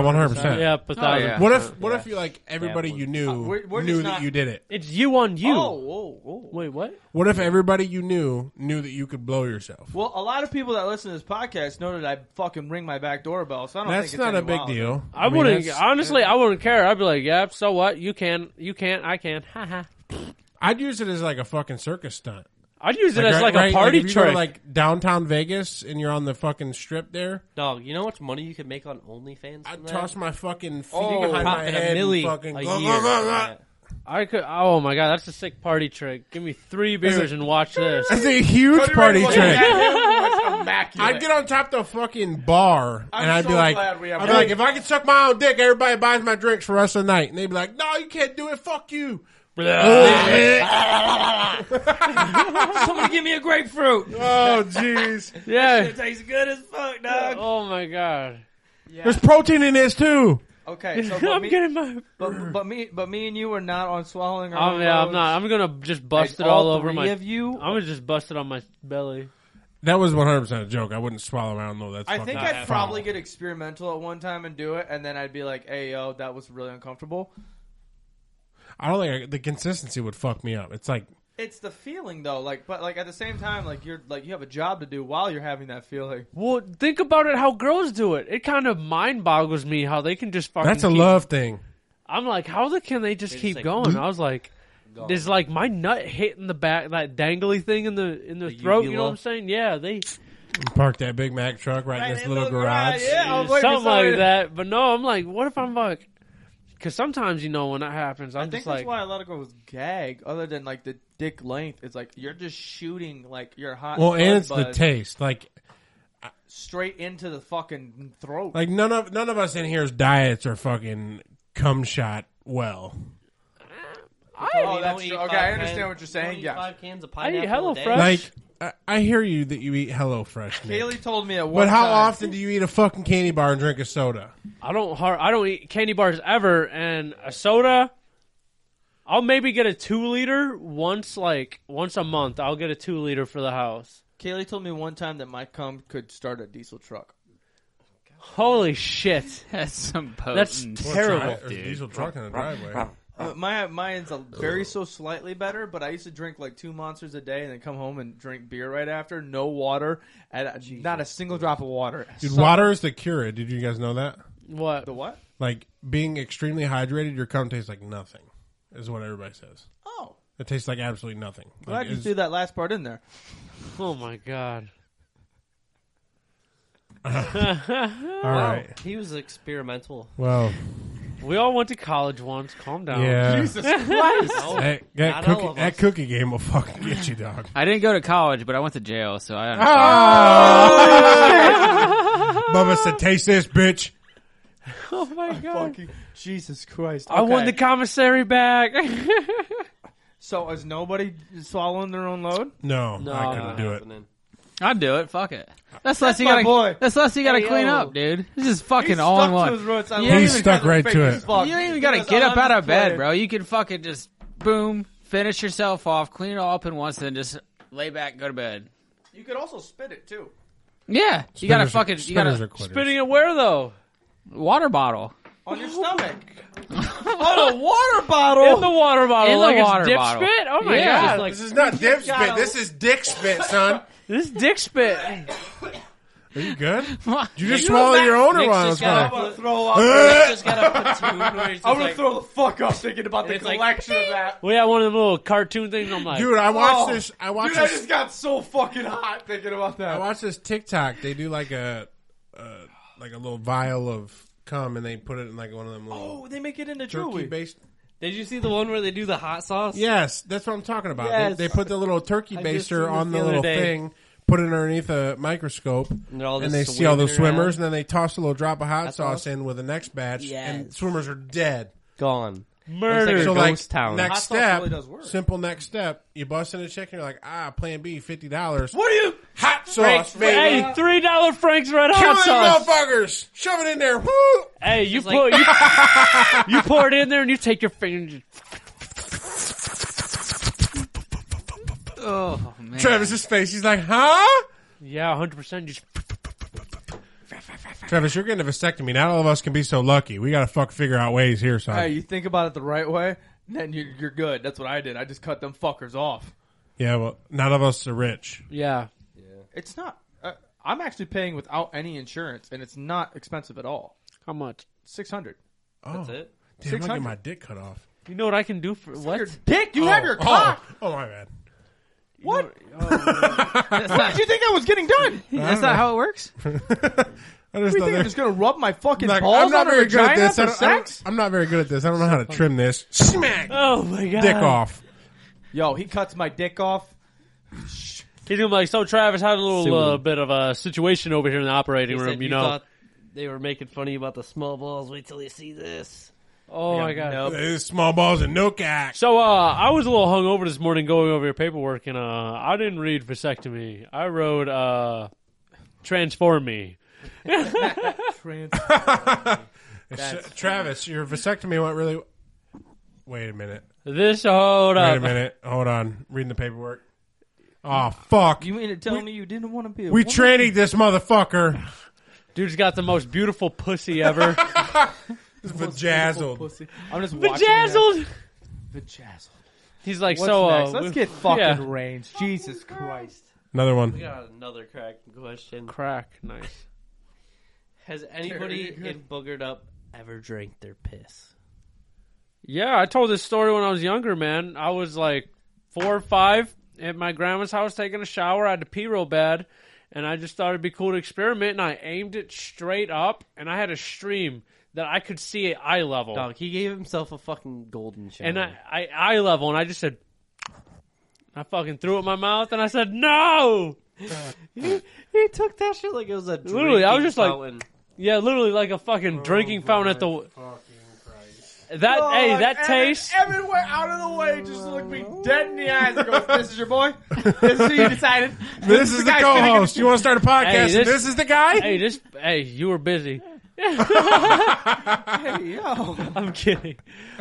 100%. yeah, but that Oh, yeah. What if what if you like everybody you knew we're- we're knew just that not- you did it? it's you on you. Oh, whoa, whoa. Wait, what? What if everybody you knew knew that you could blow yourself? Well, a lot of people that listen to this podcast know that I fucking ring my back doorbell, so I don't That's think it's not any a big wild. deal. I, mean, wouldn't. that's- Honestly, I wouldn't care. I'd be like, "Yep, so what? You can, you can't, I can." Ha ha. I'd use it as like a fucking circus stunt. I'd use it as right- like right, a party if you go to, trick. like downtown Vegas, and you're on the fucking strip there. Dog, you know how much money you could make on OnlyFans? I from would that? toss my fucking feet Oh. You could behind my profit head. a and milli fucking a go, year. go, go, go. I could. Oh my god, that's a sick party trick. Give me three beers and watch this. That's a huge party Look trick. at him, it's immaculate. I'd get on top of the fucking bar I'm and I'd be so like, glad we have I'd be one. like, if I could suck my own dick, everybody buys my drinks for the rest of the night. And they'd be like, no, you can't do it. Fuck you. Somebody give me a grapefruit. oh, jeez. yeah. It tastes good as fuck, dog. Oh my god. There's protein in this too. Oh, Okay, so but I'm me, getting my. but, but me, but me and you are not on swallowing our. Oh own yeah, I'm loads. not. I'm gonna just Like, bust it all, over three my. of you. I'm gonna just bust it on my belly. That was 100% a joke. I wouldn't swallow. I don't know. That's I fucking think not I'd foul. probably get experimental at one time and do it, and then I'd be like, "Hey, yo, that was really uncomfortable." I don't think I, the consistency would fuck me up. It's like, It's the feeling though, like, but like at the same time, like you're like you have a job to do while you're having that feeling. Well, think about it. How girls do it. It kind of mind boggles me how they can just fucking. that's a keep- love thing. I'm like, how the can they just They're just keep like, going? I was like, Gone. there's like my nut hitting the back, that dangly thing in the in the, The throat. You know uvula? what I'm saying? Yeah, they Park that Big Mac truck right, in this little garage. yeah, I was waiting for something like somebody- that. But no, I'm like, what if I'm like? Because sometimes you know when that happens, I'm I think just that's like, why a lot of girls gag, other than like the dick length. It's like you're just shooting like your hot. Well, and bud it's the buzz taste. Like, straight into the fucking throat. like none of none of us in here's diets are fucking cum shot well. You oh, don't that's eat true. five Okay, I cans- understand what you're you don't saying. eat Yeah, Five cans of I eat pineapple a day. HelloFresh. Like, I, I hear you that you eat HelloFresh, Nick. Haley told me at one. But how time- often do you eat a fucking candy bar and drink a soda? I don't har- I don't eat candy bars ever, and a soda. I'll maybe get a two liter once, like once a month. I'll get a two liter for the house. Kaylee told me one time that my cum could start a diesel truck. Holy shit! That's some potent. That's terrible. There's a diesel truck in the driveway. Uh, my mine's a very so slightly better, but I used to drink like two monsters a day and then come home and drink beer right after, no water, and uh, not a single drop of water. Dude, So- water is the cure. Did you guys know that? What? The what? Like being extremely hydrated, your cum tastes like nothing. Is what everybody says. Oh, It tastes like absolutely nothing. Like, glad you it's- threw that last part in there. Oh my god! all right. He was experimental. Well, We all went to college once. Calm down. yeah. No, That, that Not all cookie, of that us. cookie game will fucking get you, dog. I didn't go to college, but I went to jail, so I don't Bubba said, "Taste this, bitch." Oh my god! Fucking Jesus Christ! I won Okay. the commissary back. so is nobody swallowing their own load? No, I not couldn't do it. I'd do it. Fuck it. That's less you my gotta. boy. That's less you gotta Hey, clean yo. up, dude. This is fucking He's all in stuck to his one. roots. I You love don't it even because gotta- they're right fake to as it. fuck. You don't even Because gotta get I'm up out of bed, unemployed. bro. You can fucking just boom, finish yourself off, clean it all up in once, and then just lay back, go to bed. You could also spit it too. Yeah, you Spinners gotta are- fucking you spinners gotta are quitters. Spitting it where though? water bottle. On your stomach. On a Oh, water bottle. Oh. In the water bottle. In the like it's water dip bottle. spit. Oh my Yeah. god! This is not dip spit. gotta- This is dick spit, son. This is dick spit. Are you good? Did you You just swallow your own or Nick's what? just What's got going I'm up. on? gonna throw Uh, up. Nick just got a platoon where he's just I'm gonna like, throw the fuck up thinking about the It's like- collection of that. We had one of them little cartoon things. I'm like, Dude, I watched Oh, this. I watched Dude, I this. just got so fucking hot thinking about I that. watched this TikTok. They do like a, uh, like a little vial of cum, and they put it in like one of them little Oh, they make it into turkey jewelry. based. Did you see the one where they do the hot sauce? Yes, that's what I'm talking about. Yes. They, they put the little turkey I just seen baster this on the, the other little day. thing, put it underneath a microscope, and, they're all just they see all those swimming around. swimmers, and then they toss a little drop of hot Hot sauce sauce? in with the next batch, and Yes. swimmers are dead. Gone. Murder So like ghost town. next Hot sauce step, really does work. simple next step. You bust in a chicken. You're like, ah, Plan B, fifty dollars. What are you? Hot sauce, baby. Hey, three dollar Frank's Red Kill Hot them Sauce. motherfuckers. Shove it in there. Woo. Hey, you It's pour like- you, you pour it in there and you take your finger. Oh man, Travis's face. He's like, huh? Yeah, hundred percent. Just Travis, you're getting a vasectomy. Not all of us can be so lucky. We got to fuck figure out ways here, son. Hey, you think about it the right way, then you're, you're good. That's what I did. I just cut them fuckers off. Yeah, well, none of us are rich. yeah. It's not. Uh, I'm actually paying without any insurance, and it's not expensive at all. How much? Six hundred. Oh, That's it. Damn, I'm gonna 600. get my dick cut off. You know what I can do for what? Your dick. You have your oh, cock. Oh my bad. What? what did you think I was getting done? that's not how it works. I just You thought think I'm that- just gonna rub my fucking like, balls I'm on not her very good vagina at this. I for don't- I don't- sex? I'm not very good at this. I don't know how to trim this. Smack. Oh my god. Uh. Dick off. Yo, he cuts my dick off. He's gonna be like, so Travis had a little Sue uh, him. bit of a situation over here in the operating He room. said you, know. thought they were making funny about the small balls. Wait till you see this. oh my god. Nope. There's small balls and no cock. So uh, I was a little hungover this morning going over your paperwork, and uh, I didn't read vasectomy. I wrote uh, transform me. Trans- Sh- Travis, your vasectomy went really. Wait a minute. This hold Uh, Wait a up. minute. Hold on. Reading the paperwork. Oh fuck. you mean to tell me you didn't want to be? A We woman? trannied this motherfucker. Dude's got the most beautiful pussy ever. Vajazzled. Pussy. I'm just watching that. Vajazzled. Vajazzled. He's like, What's so uh, next? Let's we- get fucking yeah. range. Jesus Christ. Another one. Got another crack question. crack. Nice. Has anybody anybody Very good. in Boogered Up ever drank their piss? Yeah, I told this story when I was younger, man. I was like four or five at my grandma's house taking a shower. I had to pee real bad, and I just thought it'd be cool to experiment. And I aimed it straight up, and I had a stream that I could see at eye level. Dog, he gave himself a fucking golden shower. and I, I eye level, and I just said, I fucking threw it in my mouth, and I said, no. he took that shit like it was a Literally, I was drinking just like- fountain. Yeah, literally like a Oh fucking drinking fountain at the. That Uh, hey, that taste. Evan went out of the way, just looked me dead in the eyes and goes, This is your boy? This is who you decided? This is the guy's gonna co-host. You want to start a podcast? Hey, and this- this is the guy. Hey, this. Hey, you were busy. get- Hey, yo. I'm kidding.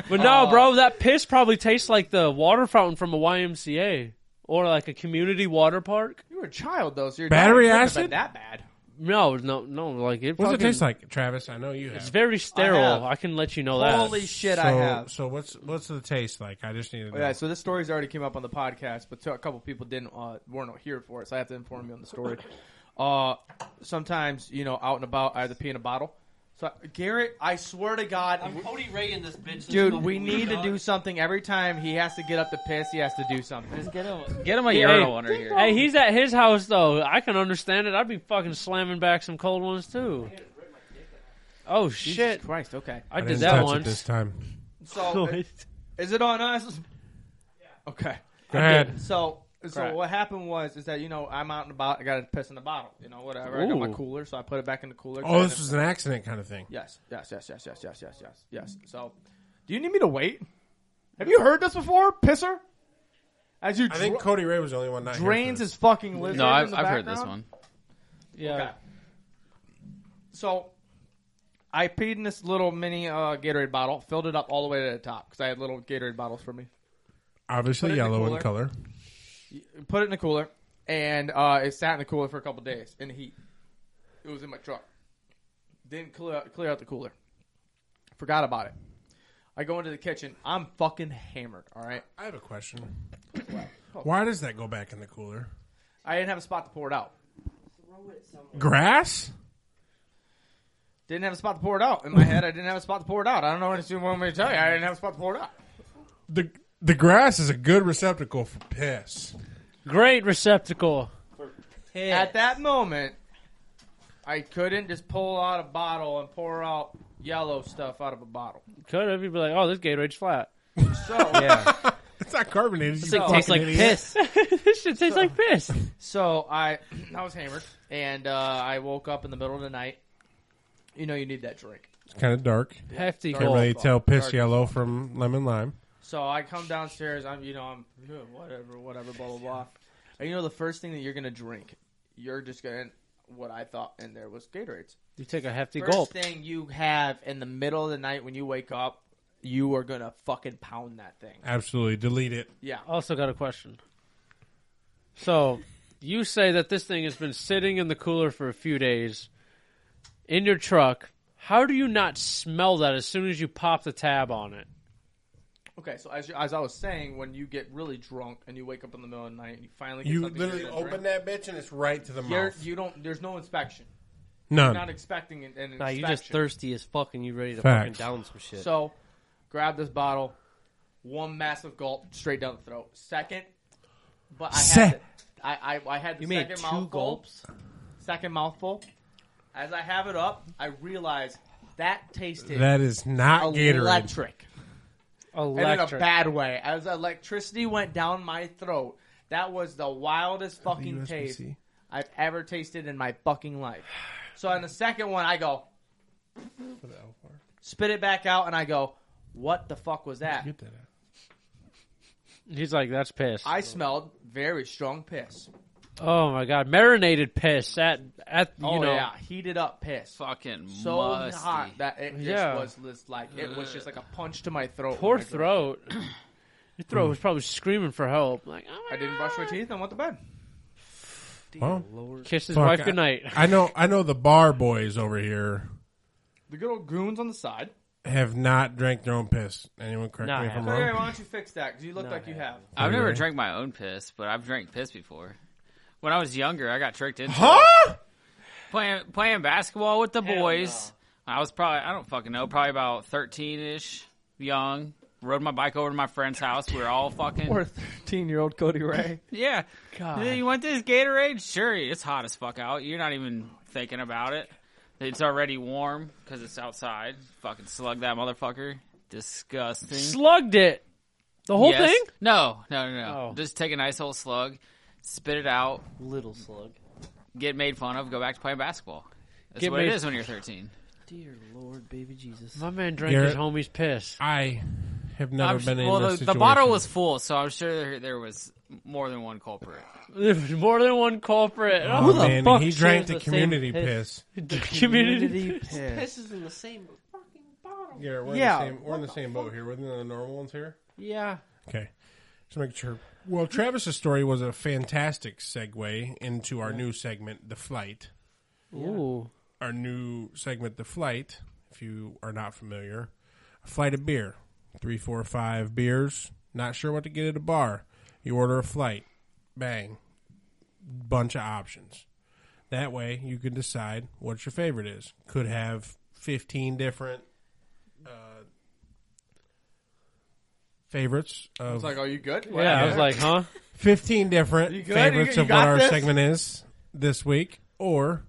But no, bro, that piss probably tastes like the water fountain from a YMCA or like a community water park. You were a child, though, so your Battery diet couldn't have acid? been that bad. No, no, no. Like it. What does it fucking- taste like, Travis? I know you have. It's very have. sterile. I, can let you know that. Holy shit, so, I have. Oh, So what's what's the taste like? I just need to know. Yeah, so this story's already came up on the podcast, but a couple people didn't uh, weren't here for it, so I have to inform you on the story. Uh, sometimes, you know, out and about, I have to pee in a bottle. So, Garrett, I swear to God, we- Cody Ray in this bitch. dude, we need to do something. Every time he has to get up to piss, he has to do something. Get him. Get him a Hey, urinal under here. Hey, he's at his house though. I can understand it. I'd be fucking slamming back some cold ones too. Oh shit! Jesus Christ, okay. I, I did didn't that touch once. it this time. So, Is it on us? Okay. Go ahead. So so Correct. what happened was is that you know I'm out and about. I got to piss in the bottle. You know whatever. I got my Ooh. cooler, so I put it back in the cooler. Oh, this was an accident kind of thing. yes, yes, yes, yes, yes, yes, yes, yes, yes. Mm. So, do you need me to wait? Have you heard this before, pisser? As you I think dra- Cody Ray was the only one not here drains for this. his fucking lizard. no, in I've, the I've heard this background. one. Yeah. Okay. So I peed in this little mini uh, Gatorade bottle, filled it up all the way to the top because I had little Gatorade bottles for me. obviously Put it in the yellow in color. put it in the cooler, and uh, it sat in the cooler for a couple days in the heat. It was in my truck. Didn't clear out, clear out the cooler. Forgot about it. I go into the kitchen. I'm fucking hammered. All right. I have a question. Why does that go back in the cooler? I didn't have a spot to pour it out. Grass? Didn't have a spot to pour it out. In my head, I didn't have a spot to pour it out. I don't know what you want me to tell you. I didn't have a spot to pour it out. The the grass is a good receptacle for piss. Great receptacle. At that moment, I couldn't just pull out a bottle and pour out yellow stuff out of a bottle. Could have you'd be like, oh, this Gatorade's flat. So It's not carbonated. This thing tastes like piss. this shit tastes like piss. So I I was hammered and uh, I woke up in the middle of the night. You know you need that drink. It's kind of dark. Hefty Can't goal. really tell piss Oh, Dark. yellow from lemon lime. So I come downstairs. I'm, you know, I'm "Ugh, whatever, whatever, blah blah blah. And you know, the first thing that you're gonna drink, you're just gonna. What I thought in there was Gatorades. You take a hefty First gulp. thing you have in the middle of the night when you wake up, you are gonna fucking pound that thing. Absolutely, delete it. Yeah. Also got a question. So, you say that this thing has been sitting in the cooler for a few days in your truck. How do you not smell that as soon as you pop the tab on it? Okay. So as you, as I was saying, when you get really drunk and you wake up in the middle of the night and you finally get You something literally you're gonna open drink, that bitch and it's right to the You're, mouth. you don't. There's no inspection. You're not None. expecting an, an Nah, inspection. you just thirsty as fuck and you ready to Facts. fucking down some shit. So, grab this bottle, one massive gulp straight down the throat. Second, but I Sec- had, the, I, I, I had the you made second two mouthful. gulps. Second mouthful. As I have it up, I realize that tasted That is not Gatorade. electric, and in a Electric. bad way. As electricity went down my throat, that was the wildest fucking taste USB-C. I've ever tasted in my fucking life. So on the second one, I go spit it back out, and I go, "What the fuck was that?" Get that out. He's like, that's piss. I smelled very strong piss. oh my god, marinated piss at at you oh know. yeah, heated up piss. Fucking So musty. hot that it just Yeah. was just like it was just like a punch to Oh my throat. Poor when I go- throat. Your throat was probably screaming for help. Like, oh my I didn't brush my teeth and went to bed. Well, God. Kiss his fuck, wife I- goodnight. I know. I know the bar boys over here The good old goons on the side. have not drank their own piss. Anyone correct Not me if I'm happening. Okay, wrong? why don't you fix that? Because you look like you have. I've never Really? drank my own piss, but I've drank piss before. When I was younger, I got tricked into it. Huh? playing playing basketball with the Hell boys. I was probably I don't fucking know, probably about thirteen ish, young. Rode my bike over to my friend's house. We were all fucking Poor thirteen-year-old Cody Ray. yeah. God. You want this Gatorade? Sure, it's hot as fuck out. You're not even thinking about it. It's already warm because it's outside. Fucking slug that motherfucker. Disgusting. Slugged it. The whole Yes. thing. No, no, no, no. Oh. Just take a nice old slug, spit it out, Little slug. get made fun of, go back to playing basketball. That's Get what made- it is when you're 13. Dear Lord, baby Jesus. My man drank Garrett. his homie's piss. I have never I'm been su- in well, this the, the situation. bottle was full, so I'm sure there, there was more than one culprit. There was more than one culprit. Oh, Who the man, fuck he shares drank the, the same community piss? piss. community? piss is in the same. Yeah, we're Yeah, in the same, we're in the same boat here. We're in the normal ones here. Yeah. Okay. Just make sure. Well, Travis's story was a fantastic segue into our new segment, The Flight. Ooh. Our new segment, The Flight, if you are not familiar, a flight of beer. Three, four, five beers. Not sure what to get at a bar. You order a flight. Bang. Bunch of options. That way you can decide what your favorite is. Could have 15 different uh, favorites of It's like, are you good? Yeah, I was like, huh? 15 different You good? favorites You- you of what got our this? segment is this week, or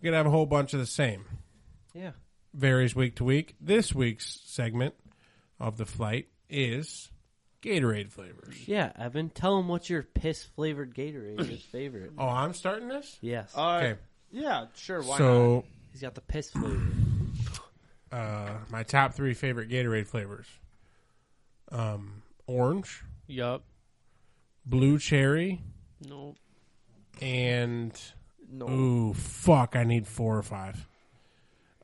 we could have a whole bunch of the same. Yeah. Varies week to week. This week's segment of the flight is Gatorade flavors. Yeah, Evan, tell him what's your piss flavored Gatorade is favorite. Oh, I'm starting this? Yes. Uh, Okay. Yeah, sure. Why not? So, He's got the piss flavor. uh, my top three favorite Gatorade flavors um, orange, Yup. blue cherry, No. and. No, Ooh, fuck. I need four or five.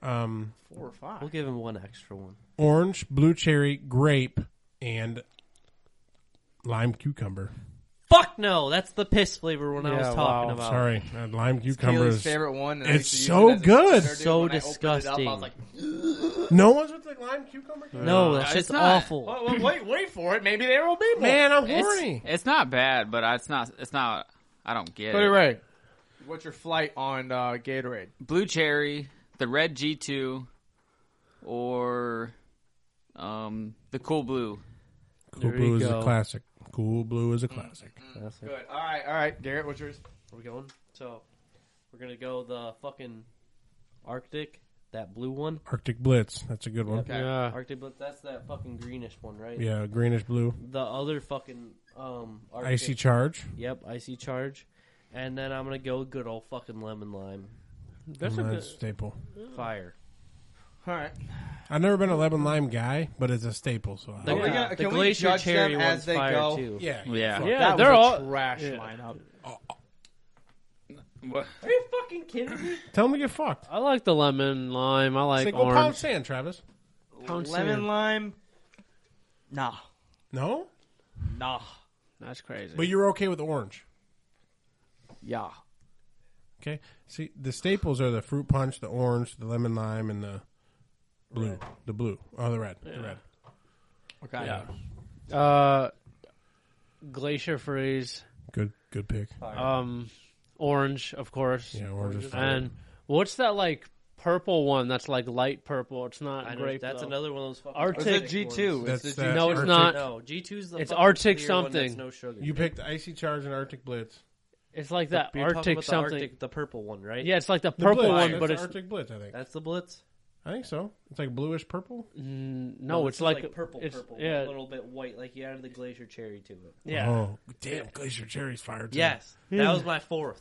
Um, four or five. We'll give him one extra one. orange, blue cherry, grape, and lime cucumber. Fuck no, that's the piss flavor one I Yeah, was talking wow. about. Sorry, uh, lime cucumber Kaylee's is favorite one. and I It's used to use it so as a good. dessert, dude. So When I opened it up, I was disgusting. like, no one's with the lime cucumber. No, that it's shit's not. awful. Well, well, wait, wait for it. Maybe there will be more. man, I'm It's, horny. it's not bad, but I- it's not. It's not. I don't get it. Ray, what's your flight on uh, Gatorade? Blue cherry, the red G two, or um the cool blue. Cool There blue you is a go. classic. Cool blue is a classic. That's it. Good. All right, all right. Garrett, what's yours? Are we going? So we're gonna go the fucking Arctic, that blue one. Arctic Blitz. That's a good one. Okay. Yeah. Arctic, but that's that fucking greenish one, right? Yeah, greenish blue. The other fucking um Arctic. Icy charge. Yep, icy charge. And then I'm gonna go good old fucking lemon lime That's a mm, That's good. staple. fire. All right. I've never been a lemon lime guy, but it's a staple. So I The, we gonna- the can we glacier judge them cherry as one's they fire go? too. yeah, Yeah. fuck. Yeah, that they're was all- a trash yeah. lineup. Are you fucking kidding me? Tell them to get fucked. I like the lemon lime. I like Say, go pound orange. sand, Travis. Pound Lemon sand. lime. Nah, No, nah, That's crazy. but you're okay with orange. yeah. Okay. See, the staples are the fruit punch, the orange, the lemon lime, and the blue. The blue. Oh, the red. The red. Okay. yeah. Uh, glacier freeze. Good. Good pick. Um, orange, of course. Yeah, orange is fine. And what's that like purple one? That's like light purple. It's not I know, grape. that's though. another one of those fucking Arctic- plastic It's a G2. ones. That's It's the that's No, it's Arctic- not. No, G2's the It's fucking Arctic clear one that's something. no sugar. You picked icy charge and Arctic Blitz. It's like that You're talking Arctic about the something. Arctic, the purple one, right? Yeah, it's like the The purple Blitz, one, that's but the it's Arctic Blitz. I think. That's the Blitz. I think so. It's like bluish purple. mm, no, this it's is like, purple, it's, purple. like Yeah, a little bit white, like you added the glacier cherry to it. yeah. Oh, damn! Glacier cherries fired. Yes, Yeah. that was my fourth.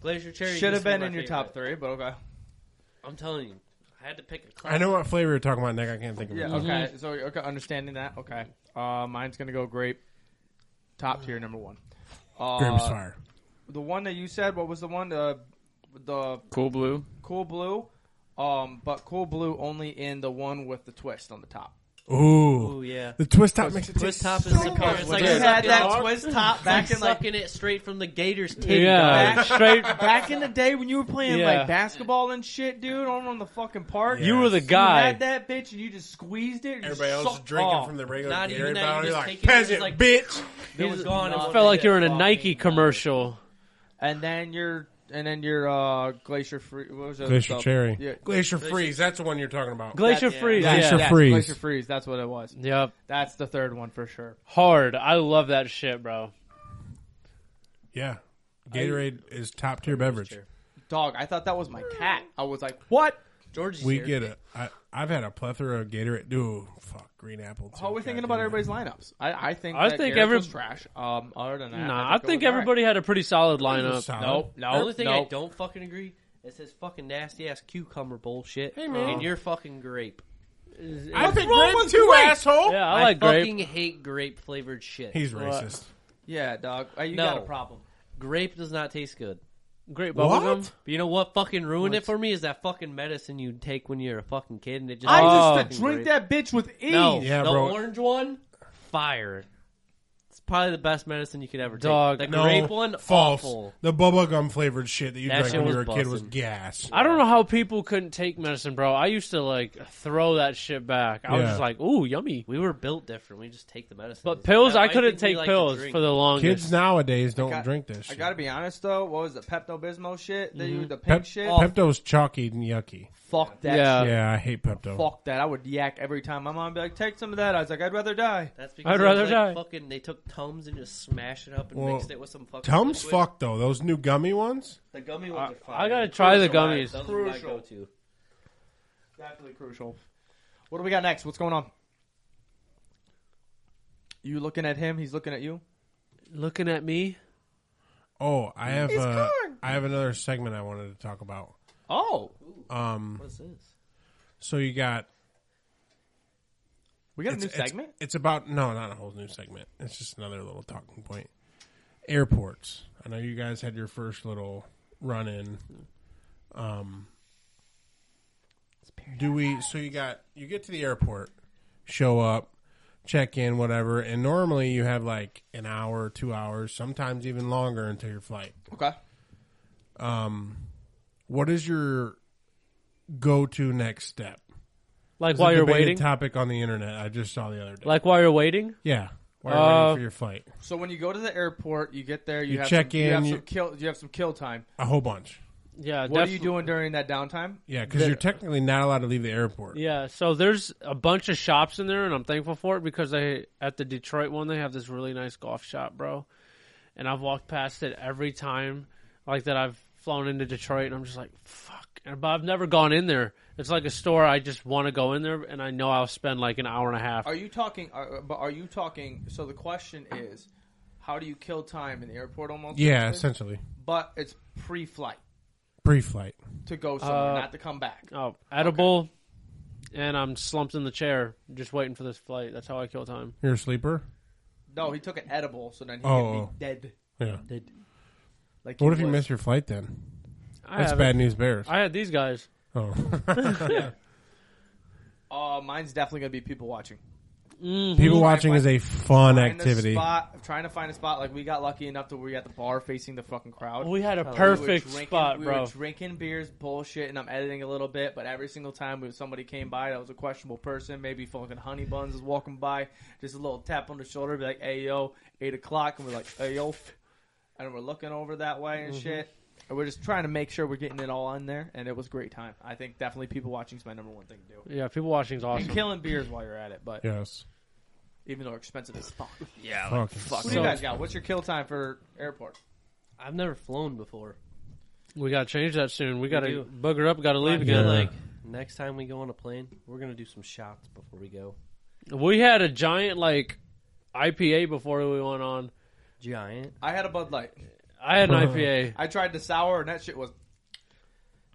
Glacier cherry Should used have to be been my in your favorite. top three, but okay. I'm telling you, I had to pick a class. I know what flavor you're talking about, Nick. I can't think Mhm. of it. Yeah. Okay. So okay, understanding that. Okay. Uh, mine's gonna go grape. Top tier number one. Uh, Grapes fire. The one that you said. What was the one? The the Cool blue. cool blue. Um, but cool blue only in the one with the twist on the top. Ooh. Ooh, yeah. The twist top makes it taste Twist top is so the good. part. It's like They a had sucking- that twist top back Like in like sucking it straight from the gator's Oh. titty. Yeah, dog. straight. back in the day when you were playing Yeah. like basketball and shit, dude, on on the fucking park. Yeah. You were the You You guy. had that bitch and you just squeezed it. And Everybody just else is sucked drinking off. from the regular Not even Gatorade that, you bottle. You're like, just take it, it's peasant, like- bitch. It was gone. in It one felt like hit. you were in a Fucking Nike God. commercial. And then your and then your uh, glacier free. What was it? Glacier The- cherry. Yeah. Glacier freeze. That's the one you're talking about. Glacier yeah. freeze. Glacier yeah. Yes, freeze. Glacier freeze. That's what it was. Yep. That's the third one for sure. Hard. I love that shit, bro. yeah. Gatorade is top tier beverage. Dog, I thought that was my cat. I was like, what? Georgie's We here. get it. I, I've had a plethora of Gatorade. Dude, fuck green apple. too. How are we thinking God about damn it. everybody's lineups? I, I think I that think Garrett's every- was trash. Um, other than that, Nah, I it think was all right. everybody had a pretty solid lineup. Solid. Nope, The nope. only thing I nope. don't fucking agree is his fucking nasty ass cucumber bullshit. Hey man. and your fucking grape. I think wrong grape with too, grape? asshole. Yeah, I, like fucking grape. hate grape flavored shit. He's racist. Yeah, dog. Uh, you No. got a problem. grape does not taste good. Grape What? bubblegum. But you know what fucking ruined What? it for me is that fucking medicine you take when you're a fucking kid and it just. I Oh. used to drink that bitch with ease. No, Yeah, the bro. orange one, fire. It's probably the best medicine you could ever Dog, take. The No, grape one, false. awful. The bubblegum flavored shit that you That drank shit when you was were a kid was bussin'. gas. I don't know how people couldn't take medicine, bro. I used to like throw that shit back. I was Yeah. just like, "Ooh, yummy." We were built different. We just take the medicine. But pills, Now, I couldn't think we take like to pills drink. for the longest. Kids nowadays don't got- drink this. Shit. I gotta be honest though. What was the Pepto Bismol shit? That you the pink Mm-hmm. Pep- shit. Pepto's chalky and yucky. Fuck that. Yeah. shit. yeah, I hate Pepto. Fuck that. I would yak every time. My mom would be like, "Take some of that." I was like, "I'd rather die." That's because I'd it was rather die. like Fucking, they took Tums and just smashed it up and Well, mixed it with some fucking. Tums liquid. fucked though. Those new gummy ones. The gummy Uh, ones I- are fire. I gotta try the Crucial. gummies. Those are my Crucial. go-to. Definitely crucial. What do we got next? What's going on? You looking at him? He's looking at you. Looking at me, Oh, I have. It's Uh, corn. I have another segment I wanted to talk about. Oh, Um, What's this? so you got we got a it's- new it's- segment. It's, about no, not a whole new segment. It's just another little talking point. Airports. I know you guys had your first little run in. Um, do we? So you got you get to the airport, show up, check in, whatever, and normally you have like an hour, two hours, sometimes even longer until your flight. Okay. What is your go-to next step? like It's a while you're debated waiting, topic on the internet. I just saw the other day. like while you're waiting. yeah, while you're waiting Uh, for your flight, So when you go to the airport, you get there. You, You have check some, You have in, some you- kill. You have some kill time. a whole bunch. Yeah, What are you defin- doing during that downtime? Yeah, because you're technically not allowed to leave the airport. Yeah, so there's a bunch of shops in there, and I'm thankful for it because they at the Detroit one they have this really nice golf shop, bro. And I've walked past it every time, like that I've flown into Detroit, and I'm just like, fuck. And, but I've never gone in there. It's like a store I just want to go in there, and I know I'll spend like an hour and a half. Are you talking? Are, uh, but are you talking? So the question is, how do you kill time in the airport? Almost. Yeah, basically? essentially But it's pre-flight pre-flight. to go somewhere, Uh, not to come back. oh, edible, and I'm slumped in the chair, just waiting for this flight. That's how I kill time. You're a sleeper. No, he took an edible, so then he Oh. could be dead. Yeah. Like What he if you was. miss your flight then? I That's have bad it. news, Bears. I had these guys. oh, Uh, mine's definitely gonna be people watching. Mm-hmm. people watching is a fun Find a activity. spot, trying to find a spot. Like we got lucky enough to where we got the bar facing the fucking crowd. We had a We were perfect drinking- spot, we bro. Were drinking beers, bullshit, and I'm editing a little bit. But every single time we, somebody came by that was a questionable person, maybe fucking Honey Buns is walking by, just a little tap on the shoulder, be like, "Hey yo, eight o'clock," and we're like, "Hey yo," and we're looking over that way Mm-hmm. and shit. And we're just trying to make sure we're getting it all in there, and it was a great time. I think definitely people watching is my number one thing to do. yeah, people watching is awesome. And killing beers while you're at it, but Yes. even though they're expensive as fuck. What Yeah, like, Fucking fuck. do So- you guys got? What's your kill time for airport? I've never flown before. we got to change that soon. We got to do. booger up. Got to leave I again. feel Yeah. like next time we go on a plane, we're gonna do some shots before we go. We had a giant like IPA before we went on. Giant I had a Bud Light. I had an IPA. I tried the sour, and that shit was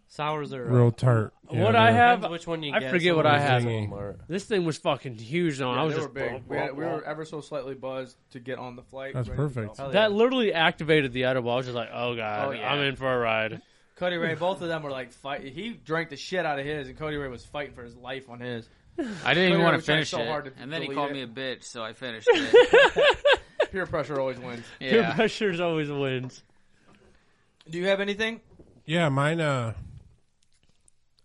sours are. Real tart. What I they're- have- Depends which one you I get. forget Some what of I these had. are Walmart. This thing was fucking huge. On I Yeah, was they just were big. blah, we, had, blah, we blah. were ever so slightly buzzed to get on the flight. That's ready to perfect. go. Hell that yeah. literally activated the edible. I was just like, oh god, Oh, yeah. I'm in for a ride. Cody Ray, both of them were like fight. He drank the shit out of his, and Cody Ray was fighting for his life on his. I didn't Clearly even want we to tried finish so it, hard to and then he delete called it. me a bitch, so I finished it. Peer pressure always wins. Peer yeah. pressures always wins. Do you have anything? Yeah, mine. Uh,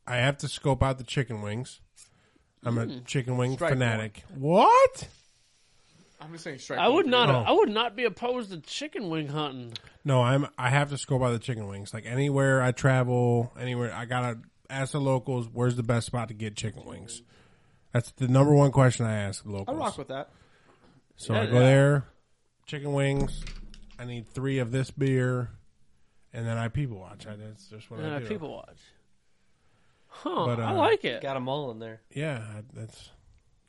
I have to scope out the chicken wings. I'm a chicken wing Strike fanatic. What? I'm just saying straight. I would not. Oh. I would not be opposed to chicken wing hunting. No, I'm. I have to scope out the chicken wings. Like anywhere I travel, anywhere I gotta ask the locals where's the best spot to get chicken wings. That's the number one question I ask locals. I rock with that. So I go there, chicken wings. I need three of this beer, and then I people watch. I, that's just what And I I do. Uh, people watch. Huh? But, I uh, like it. Got them all in there. Yeah, I, that's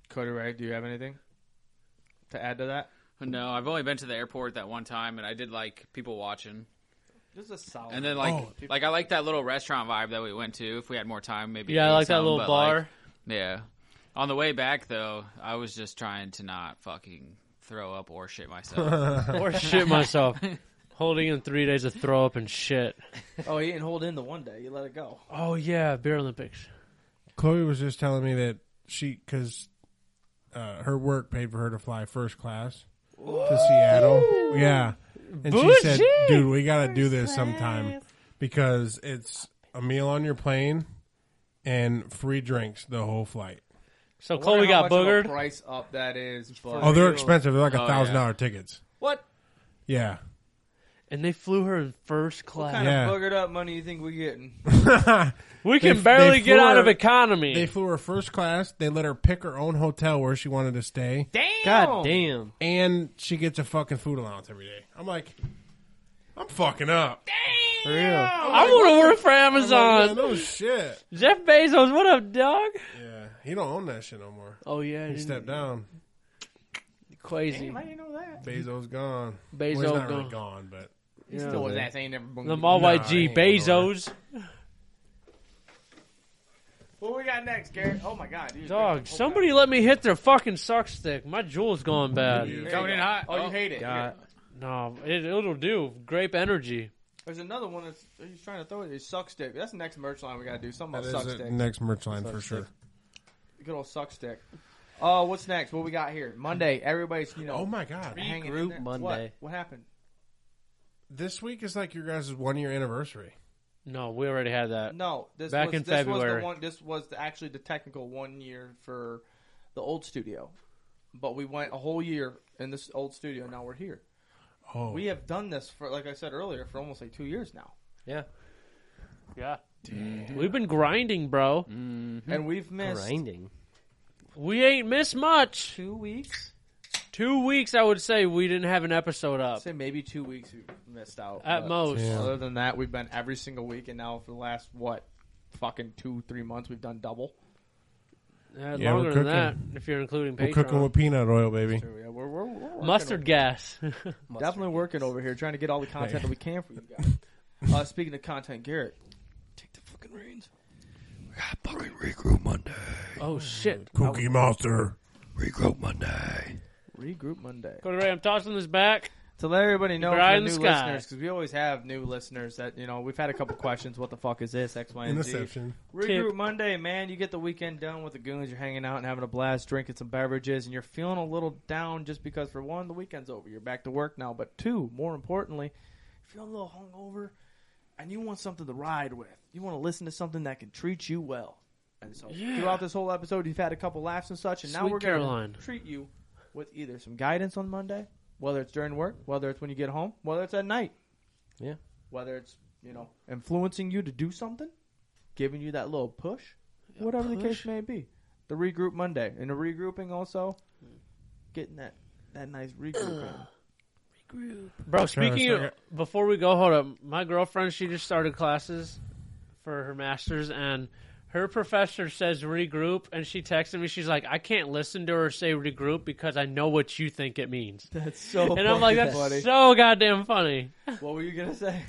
Cody Ray, do you have anything to add to that? No, I've only been to the airport that one time, and I did like people watching, Just a solid. and then like Oh. like I like that little restaurant vibe that we went to. If we had more time, maybe yeah, I eat like that some, little but, bar. like, yeah. On the way back though, I was just trying to not fucking throw up or shit myself. or shit myself. Holding in three days of throw up and shit. oh, he didn't hold in the one day. You let it go. Oh yeah, beer Olympics. Chloe was just telling me that she because uh, her work paid for her to fly first class to Seattle. Yeah, and she said, Bougie! "Dude, we got to do this sometime because it's a meal on your plane and free drinks the whole flight. So I Chloe wonder how much got of a boogered. Price up that is. But Oh, they're expensive. They're like a Oh, thousand yeah. dollar tickets. what Yeah, and they flew her in first class. kind Yeah. of boogered up money you think we're getting? We can They- barely they get flew out of her- economy. they flew her first class. They let her pick her own hotel where she wanted to stay, Damn. God damn. and she gets a fucking food allowance every day. I'm like, I'm fucking up. For real. I want to work for Yeah, Amazon. no oh, shit. Jeff Bezos, what up, dog? Yeah, he don't own that shit no more. Oh yeah, He stepped down. crazy. didn't know that. Bezos gone. Bezos well, he's not gone. really gone, but He still was ass ain't never boogered. The all Nah, white G I ain't gonna Bezos What we got next, Garrett? Oh my God, you- dog. oh, Somebody let me hit their fucking suck stick. My jewel's gone bad. God. Coming in hot. Oh, Oh, you hate it. God. No, it, it'll do. Grape energy. There's another one that's he's trying to throw it. It's suck stick. That's the next merch line we gotta do. Something that about is suck the stick. next merch line for sure. Good old suck stick. Oh, what's next? What we got here? Monday. Everybody's you know. Oh my god! hanging in Regroup there. What? Monday. What happened? This week is like your guys' one year anniversary. No, we already had that. No, this Back was in this was February. the one. This was the, actually the technical one year for the old studio, but we went a whole year in this old studio. Now we're here. Oh, We have done this for, like I said earlier, for almost like two years now. Yeah. Yeah. We've been grinding, bro. Mm-hmm. and we've missed Grinding. We ain't missed much. two weeks. Two weeks, I would say, we didn't have an episode I'd up. say maybe two weeks we missed out. At but most. Yeah. Other than that, we've been every single week, and now for the last what, fucking two, three months, we've done double. Uh, Yeah, longer we're than cooking. that, if you're including we're cooking Patreon. with peanut oil, baby. So, yeah, we're, we're, we're working Mustard over- gas. definitely working over here, trying to get all the content that we can for you guys. Uh, speaking of content, Garrett, take the fucking reins. fucking regroup Monday. Oh shit! Cookie Monster. Regroup Monday. Regroup Monday. Cody Ray, I'm tossing this back. To let everybody know, Bright for in new the sky. listeners, because we always have new listeners that you know. We've had a couple questions. What the fuck is this? X, Y, and Z. Interception. Regroup Monday, man. You get the weekend done with the goons. You're hanging out and having a blast, drinking some beverages, and you're feeling a little down just because, for one, the weekend's over. You're back to work now. But two, more importantly, you're feeling a little hungover, and you want something to ride with. You want to listen to something that can treat you well. And so, throughout this whole episode, you've had a couple laughs and such, and now Sweet we're going Caroline. to treat you with either some guidance on Monday, whether it's during work, whether it's when you get home, whether it's at night, Yeah. whether it's you know influencing you to do something giving you that little push, whatever the case may be. The regroup Monday and the regrouping also, getting that that nice regrouping. Bro, Sure, speaking sure. of, before we go, hold up. My girlfriend, she just started classes for her master's, and her professor says regroup, and she texted me. She's like, I can't listen to her say regroup because I know what you think it means. That's so. And I'm like, that's so goddamn funny. what were you gonna say?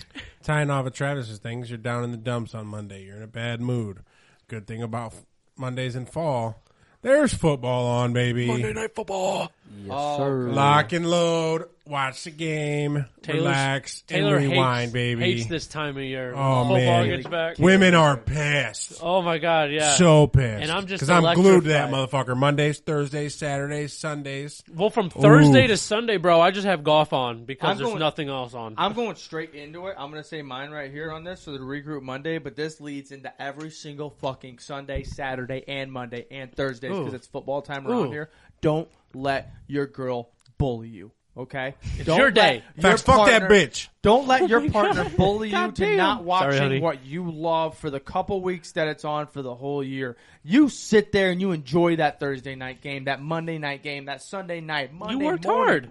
Tying off of Travis's things, you're down in the dumps on Monday. You're in a bad mood. Good thing about f- Mondays in fall, there's football on, baby. Monday Night Football. Oh, Lock and load. Watch the game. Taylor's- relax. Taylor and rewind, hates, baby. hates this time of year. Oh, Football man. gets back. Women are pissed. Oh my god, yeah. So pissed. And I'm just because I'm glued to that electrified. motherfucker. Mondays, Thursdays, Saturdays, Sundays. well, from Thursday Ooh. to Sunday, bro, I just have golf on because I'm there's going- nothing else on. I'm going straight into it. I'm gonna say mine right here on this for the regroup Monday, but this leads into every single fucking Sunday, Saturday, and Monday and Thursdays because Ooh. it's football time around Ooh. here. Don't let your girl bully you. Okay, it's your day. Facts. Fuck that bitch. Don't let your partner bully you Oh God to damn. not watching Sorry, honey. what you love for the couple weeks that it's on for the whole year. You sit there and you enjoy that Thursday night game, that Monday night game, that Sunday night. Monday you worked morning. hard.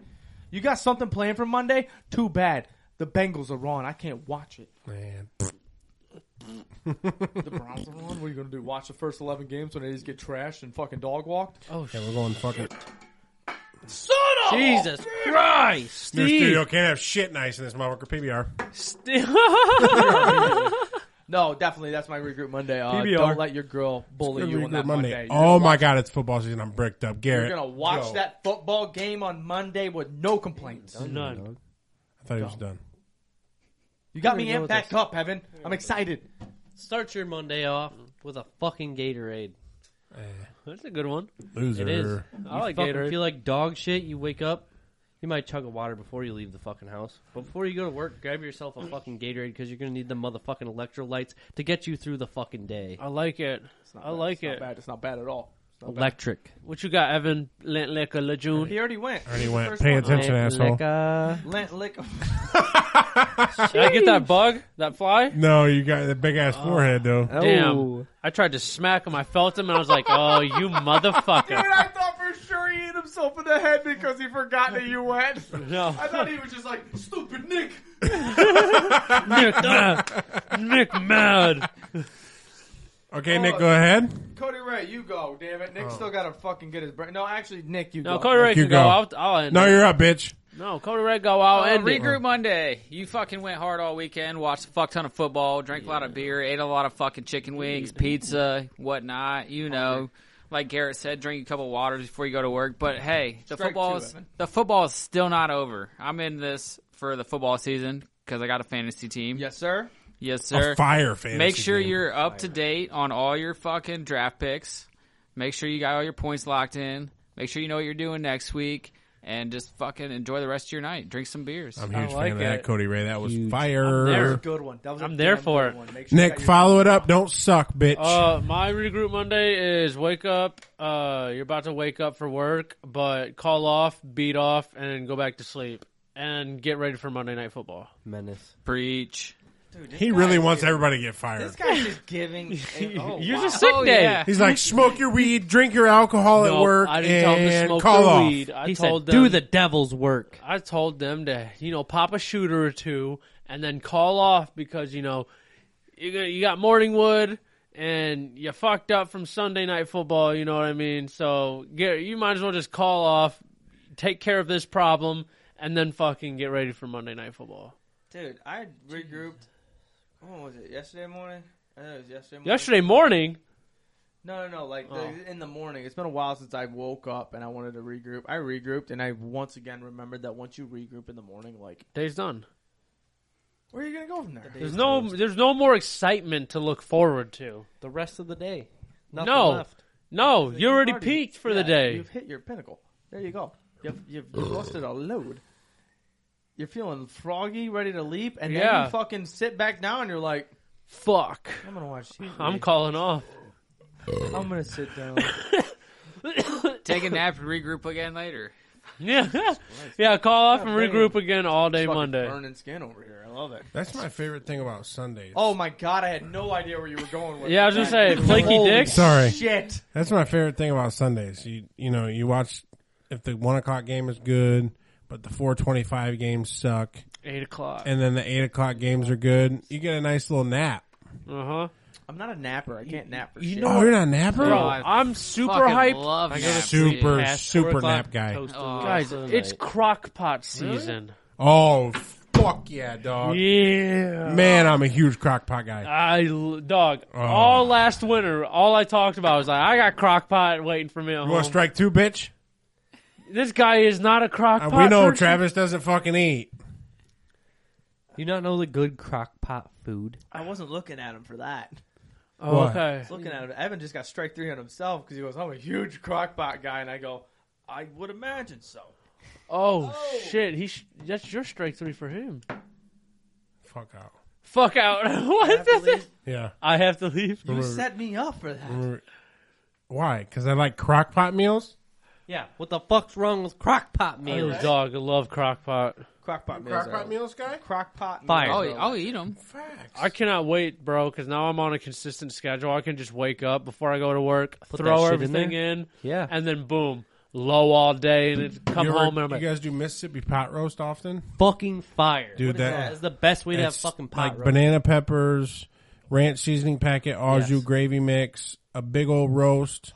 You got something planned for Monday? Too bad. The Bengals are on. I can't watch it. Man, The Browns are on. What are you gonna do? Watch the first eleven games when they just get trashed and fucking dog walked? Oh shit. yeah, we're going fucking. Oh! Jesus Christ, New Steve. studio can't have shit nice in this motherfucker. PBR. Steve. No, definitely. That's my regroup Monday. Uh, PBR. don't let your girl bully you on that Monday. You're gonna Oh my god, it's football season. I'm bricked up. Garrett, You're gonna watch Yo, that football game on Monday with no complaints. None. I thought he was done. You got me Here we go amped with back this. up, Evan. I'm excited. Start your Monday off with a fucking Gatorade. That's a good one. Loser. It is. I you like fucking Gatorade. feel like dog shit. You wake up, you might chug a water before you leave the fucking house. But before you go to work, grab yourself a fucking Gatorade because you're gonna need the motherfucking electrolytes to get you through the fucking day. I like it. I like it. bad. It's not bad at all. Electric. What you got, Evan? Lent Liquor Lejeune. He already went. Already He's the went. first Pay one. attention, asshole. Electrica. Lent lick. Did I get that bug? That fly? No, you got the big Oh. ass forehead though. Damn. I tried to smack him. I felt him, and I was like, "Oh, you motherfucker!" I thought for sure he hit himself in the head because he forgot that you went. No. thought he was just like, stupid Nick. Nick mad. Nick mad. Okay, Oh, Nick, go ahead. Cody Ray, you go, damn it. Oh. Nick's still got to fucking get his brain. No, actually, Nick, you No, go. Cody Ray You can go. go. out. I'll end. No, No, you're up, bitch. no, Cody Ray go. I'll Uh, end it. regroup Monday. You fucking went hard all weekend. Watched a fuck ton of football. Drank a lot of beer. Ate a lot of fucking chicken wings, pizza, whatnot. You know, like Garrett said, drink a couple waters before you go to work. But hey, the Strike football two, is Evan. the football is still not over. I'm in this for the football season because I got a fantasy team. Yes, sir. yes, A sir. fire fan. Make sure you're up to date on all your fucking draft picks. Make sure you got all your points locked in. Make sure you know what you're doing next week. And just fucking enjoy the rest of your night. Drink some beers. I'm a huge I like fan of that, it. Cody Ray. That was That was a fire. good one. That was a I'm there damn for good it. One. Make sure you Nick, got your- follow it up. Don't suck, bitch. Uh, my regroup Monday is wake up. Uh, you're about to wake up for work, but call off, beat off, and go back to sleep, and get ready for Monday Night Football. Menace. Preach. he really wants everybody to get fired. This guy's just giving. oh, You're wow. just sick Oh, day. yeah. He's like, smoke your weed, drink your alcohol at No, work, I didn't and tell them to smoke call their off. weed. I he told said, them "Do the devil's work." I told them to, you know, pop a shooter or two and then call off because, you know, you got, you got Morningwood and you fucked up from Sunday night football, you know what I mean? So get, you might as well just call off, take care of this problem, and then fucking get ready for Monday night football. Dude, I regrouped. When was it? Yesterday morning. I know it was yesterday. morning. Yesterday morning, No, no, no. Like the- Oh. in the morning. It's been a while since I woke up and I wanted to regroup. I regrouped and I once again remembered that once you regroup in the morning, like day's done. where are you gonna go from there? There's no, there's no more excitement to look forward to. The rest of the day. Nothing No. left. No, you You've already peaked for the yeah, day. You've hit your pinnacle. There you go. You've you've, you've busted a load. You're feeling froggy, ready to leap, and then Yeah. you fucking sit back down and you're like, Fuck, I'm gonna watch TV. I'm calling off. I'm gonna sit down. Take a nap and regroup again later. Yeah, yeah, call off and God damn. regroup again all day Fucking Monday. burning skin over here. I love it. That's my favorite thing about Sundays. Oh my god, I had no idea where you were going with. Yeah, I was gonna say flaky Holy dicks. sorry. Shit. That's my favorite thing about Sundays. You you know you watch if the one o'clock game is good, but the four twenty five games suck, Eight o'clock. and then the eight o'clock games are good. You get a nice little nap. Uh huh. I'm not a napper. I can't nap for You shit. know, oh, you're not a napper. Oh, Bro, I I'm super Fucking hyped. Love I naps, super dude. super nap guy. Oh, Guys, it's crockpot season. Oh fuck yeah, dog. Yeah. Uh, Man, Oh. I'm a huge crockpot guy. I l- dog all last winter. All I talked about was like I got crockpot waiting for me at You home. want to strike two, bitch? this guy is not a Uh, crockpot. we know person. Travis doesn't fucking eat. You not know the good crock pot food? I wasn't looking at him for that. Oh, What? okay. I was looking at him. Evan just got strike three on himself because he goes, "I'm a huge crockpot guy," and I go, "I would imagine so." Oh, shit. He sh- that's your strike three for him. Fuck out. Fuck out. what? Can't believe Yeah. I have to leave. you set me up for that. Why? Because I like crockpot meals. Yeah. What the fuck's wrong with crock pot Oh, meals? dog, I love crockpot. Crockpot meals. Crockpot meals guy. Crockpot Fire. Oh, meals. yeah, I'll eat them. Facts. I cannot wait, bro, because now I'm on a consistent schedule. I can just wake up before I go to work, that throw shit in everything there. in, Yeah. and then boom, low all day, and it come you ever- home and I'm like, you guys do Mississippi pot roast often, fucking fire. dude? That is the best way to have It's fucking pot like roast. banana peppers, ranch seasoning packet, au jus Yes. gravy mix, a big old roast,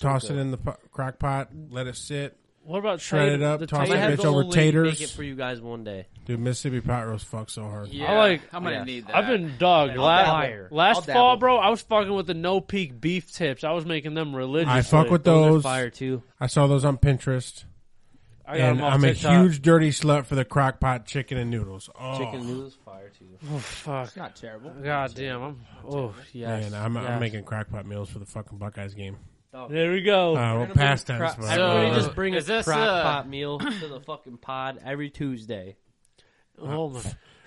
toss it in the po- crock pot, let it sit. what about Shred it tater- up, the toss it I tater- in. have bitch the over only way to Make taters. it for you guys one day. Dude, Mississippi pot roast fucks so hard. Yeah, like- I'm gonna Yeah. need that. I've been dog dabble. last, I'll last dabble. fall, bro. I was fucking with the no peak beef tips. I was making them religious. I fuck with Those, those. are fire too. I saw those on Pinterest, I got and them off I'm TikTok. a huge dirty slut for the crock pot chicken and noodles. Oh, Chicken noodles, fire too. Oh, fuck. It's not terrible. God damn. I'm. Oh yes. man, I'm, I'm yes. making crock pot meals for the fucking Buckeyes game. Oh. There we go. Uh, well, past tense. but- Everybody So- just bring a is this, crock uh, pot meal to the fucking pod every Tuesday. oh my.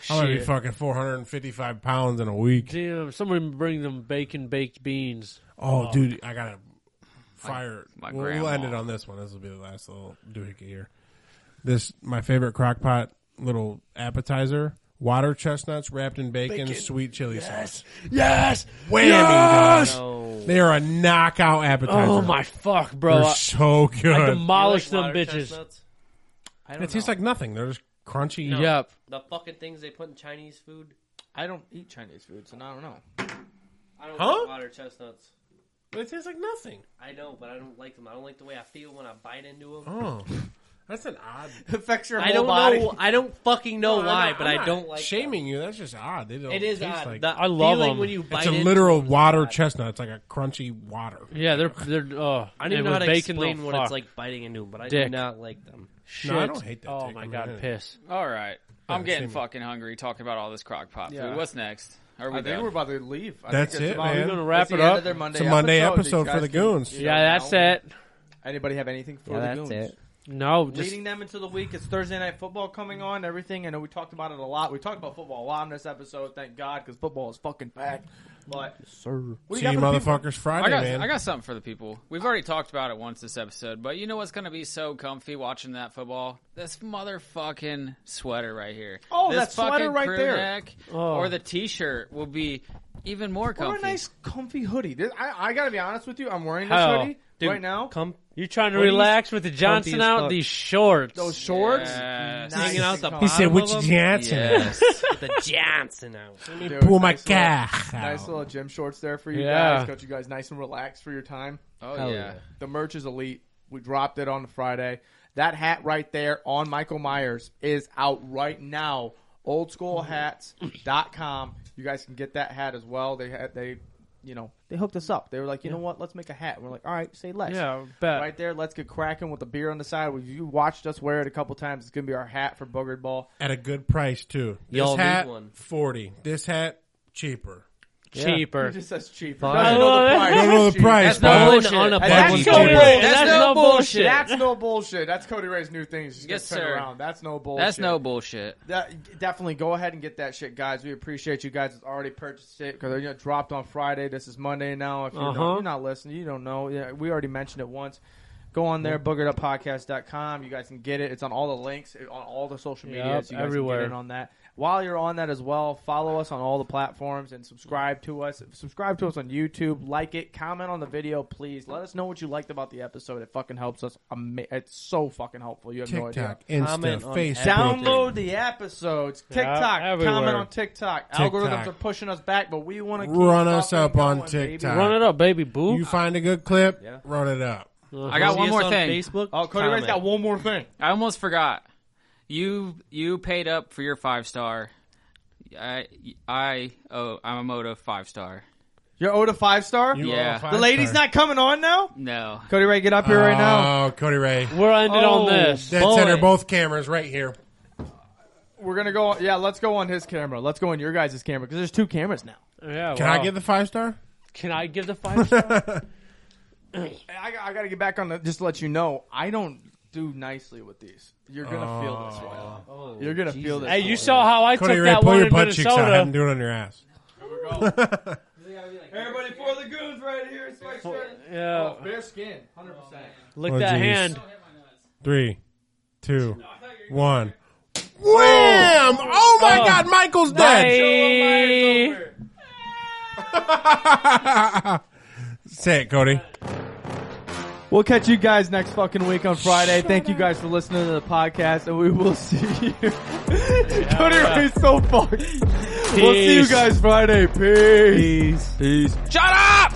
I'm gonna be Shit. fucking 455 pounds in a week. Damn. Someone bring them bacon baked beans. Oh, dude, I gotta fire. my we'll, we'll end grandma. it on this one. This will be the last little doohickey here. This my favorite crockpot little appetizer: water chestnuts wrapped in bacon, sweet chili sauce. Yes. Whammy! Yes! dog. No. They are a knockout appetizer. Oh my fuck, bro. They're I, so I good. demolished You like them water bitches. chestnuts? I don't It tastes know. like nothing. They're just crunchy. Yep. The fucking things they put in Chinese food. I don't eat Chinese food, so I don't know. I don't Huh? like water chestnuts. It tastes like nothing. I know, but I don't like them. I don't like the way I feel when I bite into them. Oh, that's an odd. affects your I whole don't body. know. I don't fucking know why, but I don't like. shaming you. That's just odd. They don't It is taste odd. Like, the I love feeling 'em. when you bite it's a into literal 'em is water odd. chestnut. It's like a crunchy water. Yeah, they're they're. Oh, I and don't even know how with to bacon, explain they'll what fuck. it's like biting into them, but I do Dick. not like them. Shit. No, I don't hate that Oh dick. my I mean, god, yeah. piss. All right, I'm Yeah, getting same. fucking hungry talking about all this crock pot Yeah. food. What's next? Are we I think done? we're about to leave. I That's think it, about- man. We're gonna That's wrap the it end up. of their Monday It's a Monday These episode for guys the can- goons. Yeah, that's it. Anybody have anything for the goons? No, just leading them into the week. It's Thursday night football coming on. Everything I know we talked about it a lot. We talked about football a lot in this episode. Thank God, because football is fucking back. But Sir. what do See you you got for the people? motherfuckers Friday, I got, man. I got something for the people. We've already talked about it once this episode, but you know what's going to be so comfy watching that football? This motherfucking sweater right here. Oh, this that sweater fucking right crew there. Oh. neck Or the t-shirt will be even more What comfy. a nice comfy hoodie. This, I, I gotta be honest with you. I'm wearing this Hell, hoodie right now. Come you're trying to Hoodies, relax with the Johnson comfy as out. fuck. These shorts. Those shorts, Yes. nice Hanging out the and he comfy. He said, said, Bottom "Which "Which of 'em? Johnson? Yes. with the Johnson out. Dude, Pull my nice little- car Nice out. little gym shorts there for you Yeah. guys. Got you guys nice and relaxed for your time. oh, Hell yeah. yeah. The merch is elite. We dropped it on the Friday. That hat right there on Michael Myers is out right now oldschoolhats.com. You guys can get that hat as well. They had they, you know, they hooked us up. They were like, you know what, let's make a hat. We're like, all right, say less. Yeah, bet. Right there, let's get cracking with the beer on the side. Well, You watched us wear it a couple times. It's gonna be our hat for Boogered Ball. At a good price too. This Y'all need hat one. forty. This hat cheaper. Cheaper. It just says cheap. Fine. Doesn't know the price. Don't know the price, but That's not bullshit. Hey, That's, no That's bullshit. That's, cheap. That's no no bullshit. bullshit. That's no bullshit. That's Cody Ray's new thing. He's just Yes, gonna turn sir. around. That's no bullshit. That's no bullshit. That, definitely go ahead and get that shit, guys. We appreciate you guys that's already purchased it because it dropped on Friday. This is Monday now. If you're, Uh-huh. not, you're not listening, you don't know. Yeah, we already mentioned it once. Go on there, boogereduppodcast.com. You guys can get it. It's on all the links, on all the social Yep, medias. you guys everywhere. Can get it on that. While you're on that as well, follow us on all the platforms and subscribe to us. Subscribe to us on YouTube. Like it. Comment on the video, please. Let us know what you liked about the episode. It fucking helps us. ama- It's so fucking helpful. You have no idea. TikTok, Insta, Comment on Facebook. Download the episodes. TikTok. everywhere. comment on TikTok. Algorithms are pushing us back, but we want to keep Run us fucking up on going, baby. TikTok. Run it up, baby boo. You find a good clip, Yeah. run it up. I got See one us more on thing. Facebook. Oh, Cody Ray's comment. got one more thing. I almost forgot. You you paid up for your five star. I I oh I'm a moto five star. You're owed a five star. You Yeah. are a five the lady's star. not coming on now. No, Cody Ray, get up here right now. Oh, Cody Ray. We're ending Oh, on this. Dead boy. center, both cameras right here. We're gonna go. On, yeah, let's go on his camera. Let's go on your guys' camera because there's two cameras now. Yeah, Can wow. I get the five star? Can I give the five star? I, I gotta get back on the. Just to let you know, I don't do nicely with these. You're gonna feel this one. Oh, You're gonna feel Jesus. this. hey, you saw how I Cody took Ray, that pull one your in butt cheeks out. Have Minnesota. him do it on your ass. Everybody for the goons right here. It's my shirt. Yeah, Bare skin, hundred percent. lick Oh, that geez. hand. Three, two, one. Wham! Oh my Oh. God, Michael's dead. Hey. Say it, Cody. We'll catch you guys next fucking week on Friday. Thank you guys for listening to the podcast, and we will see you. Cody yeah. Ray's so fucked. We'll see you Peace. guys Friday. Peace. Peace. shut up.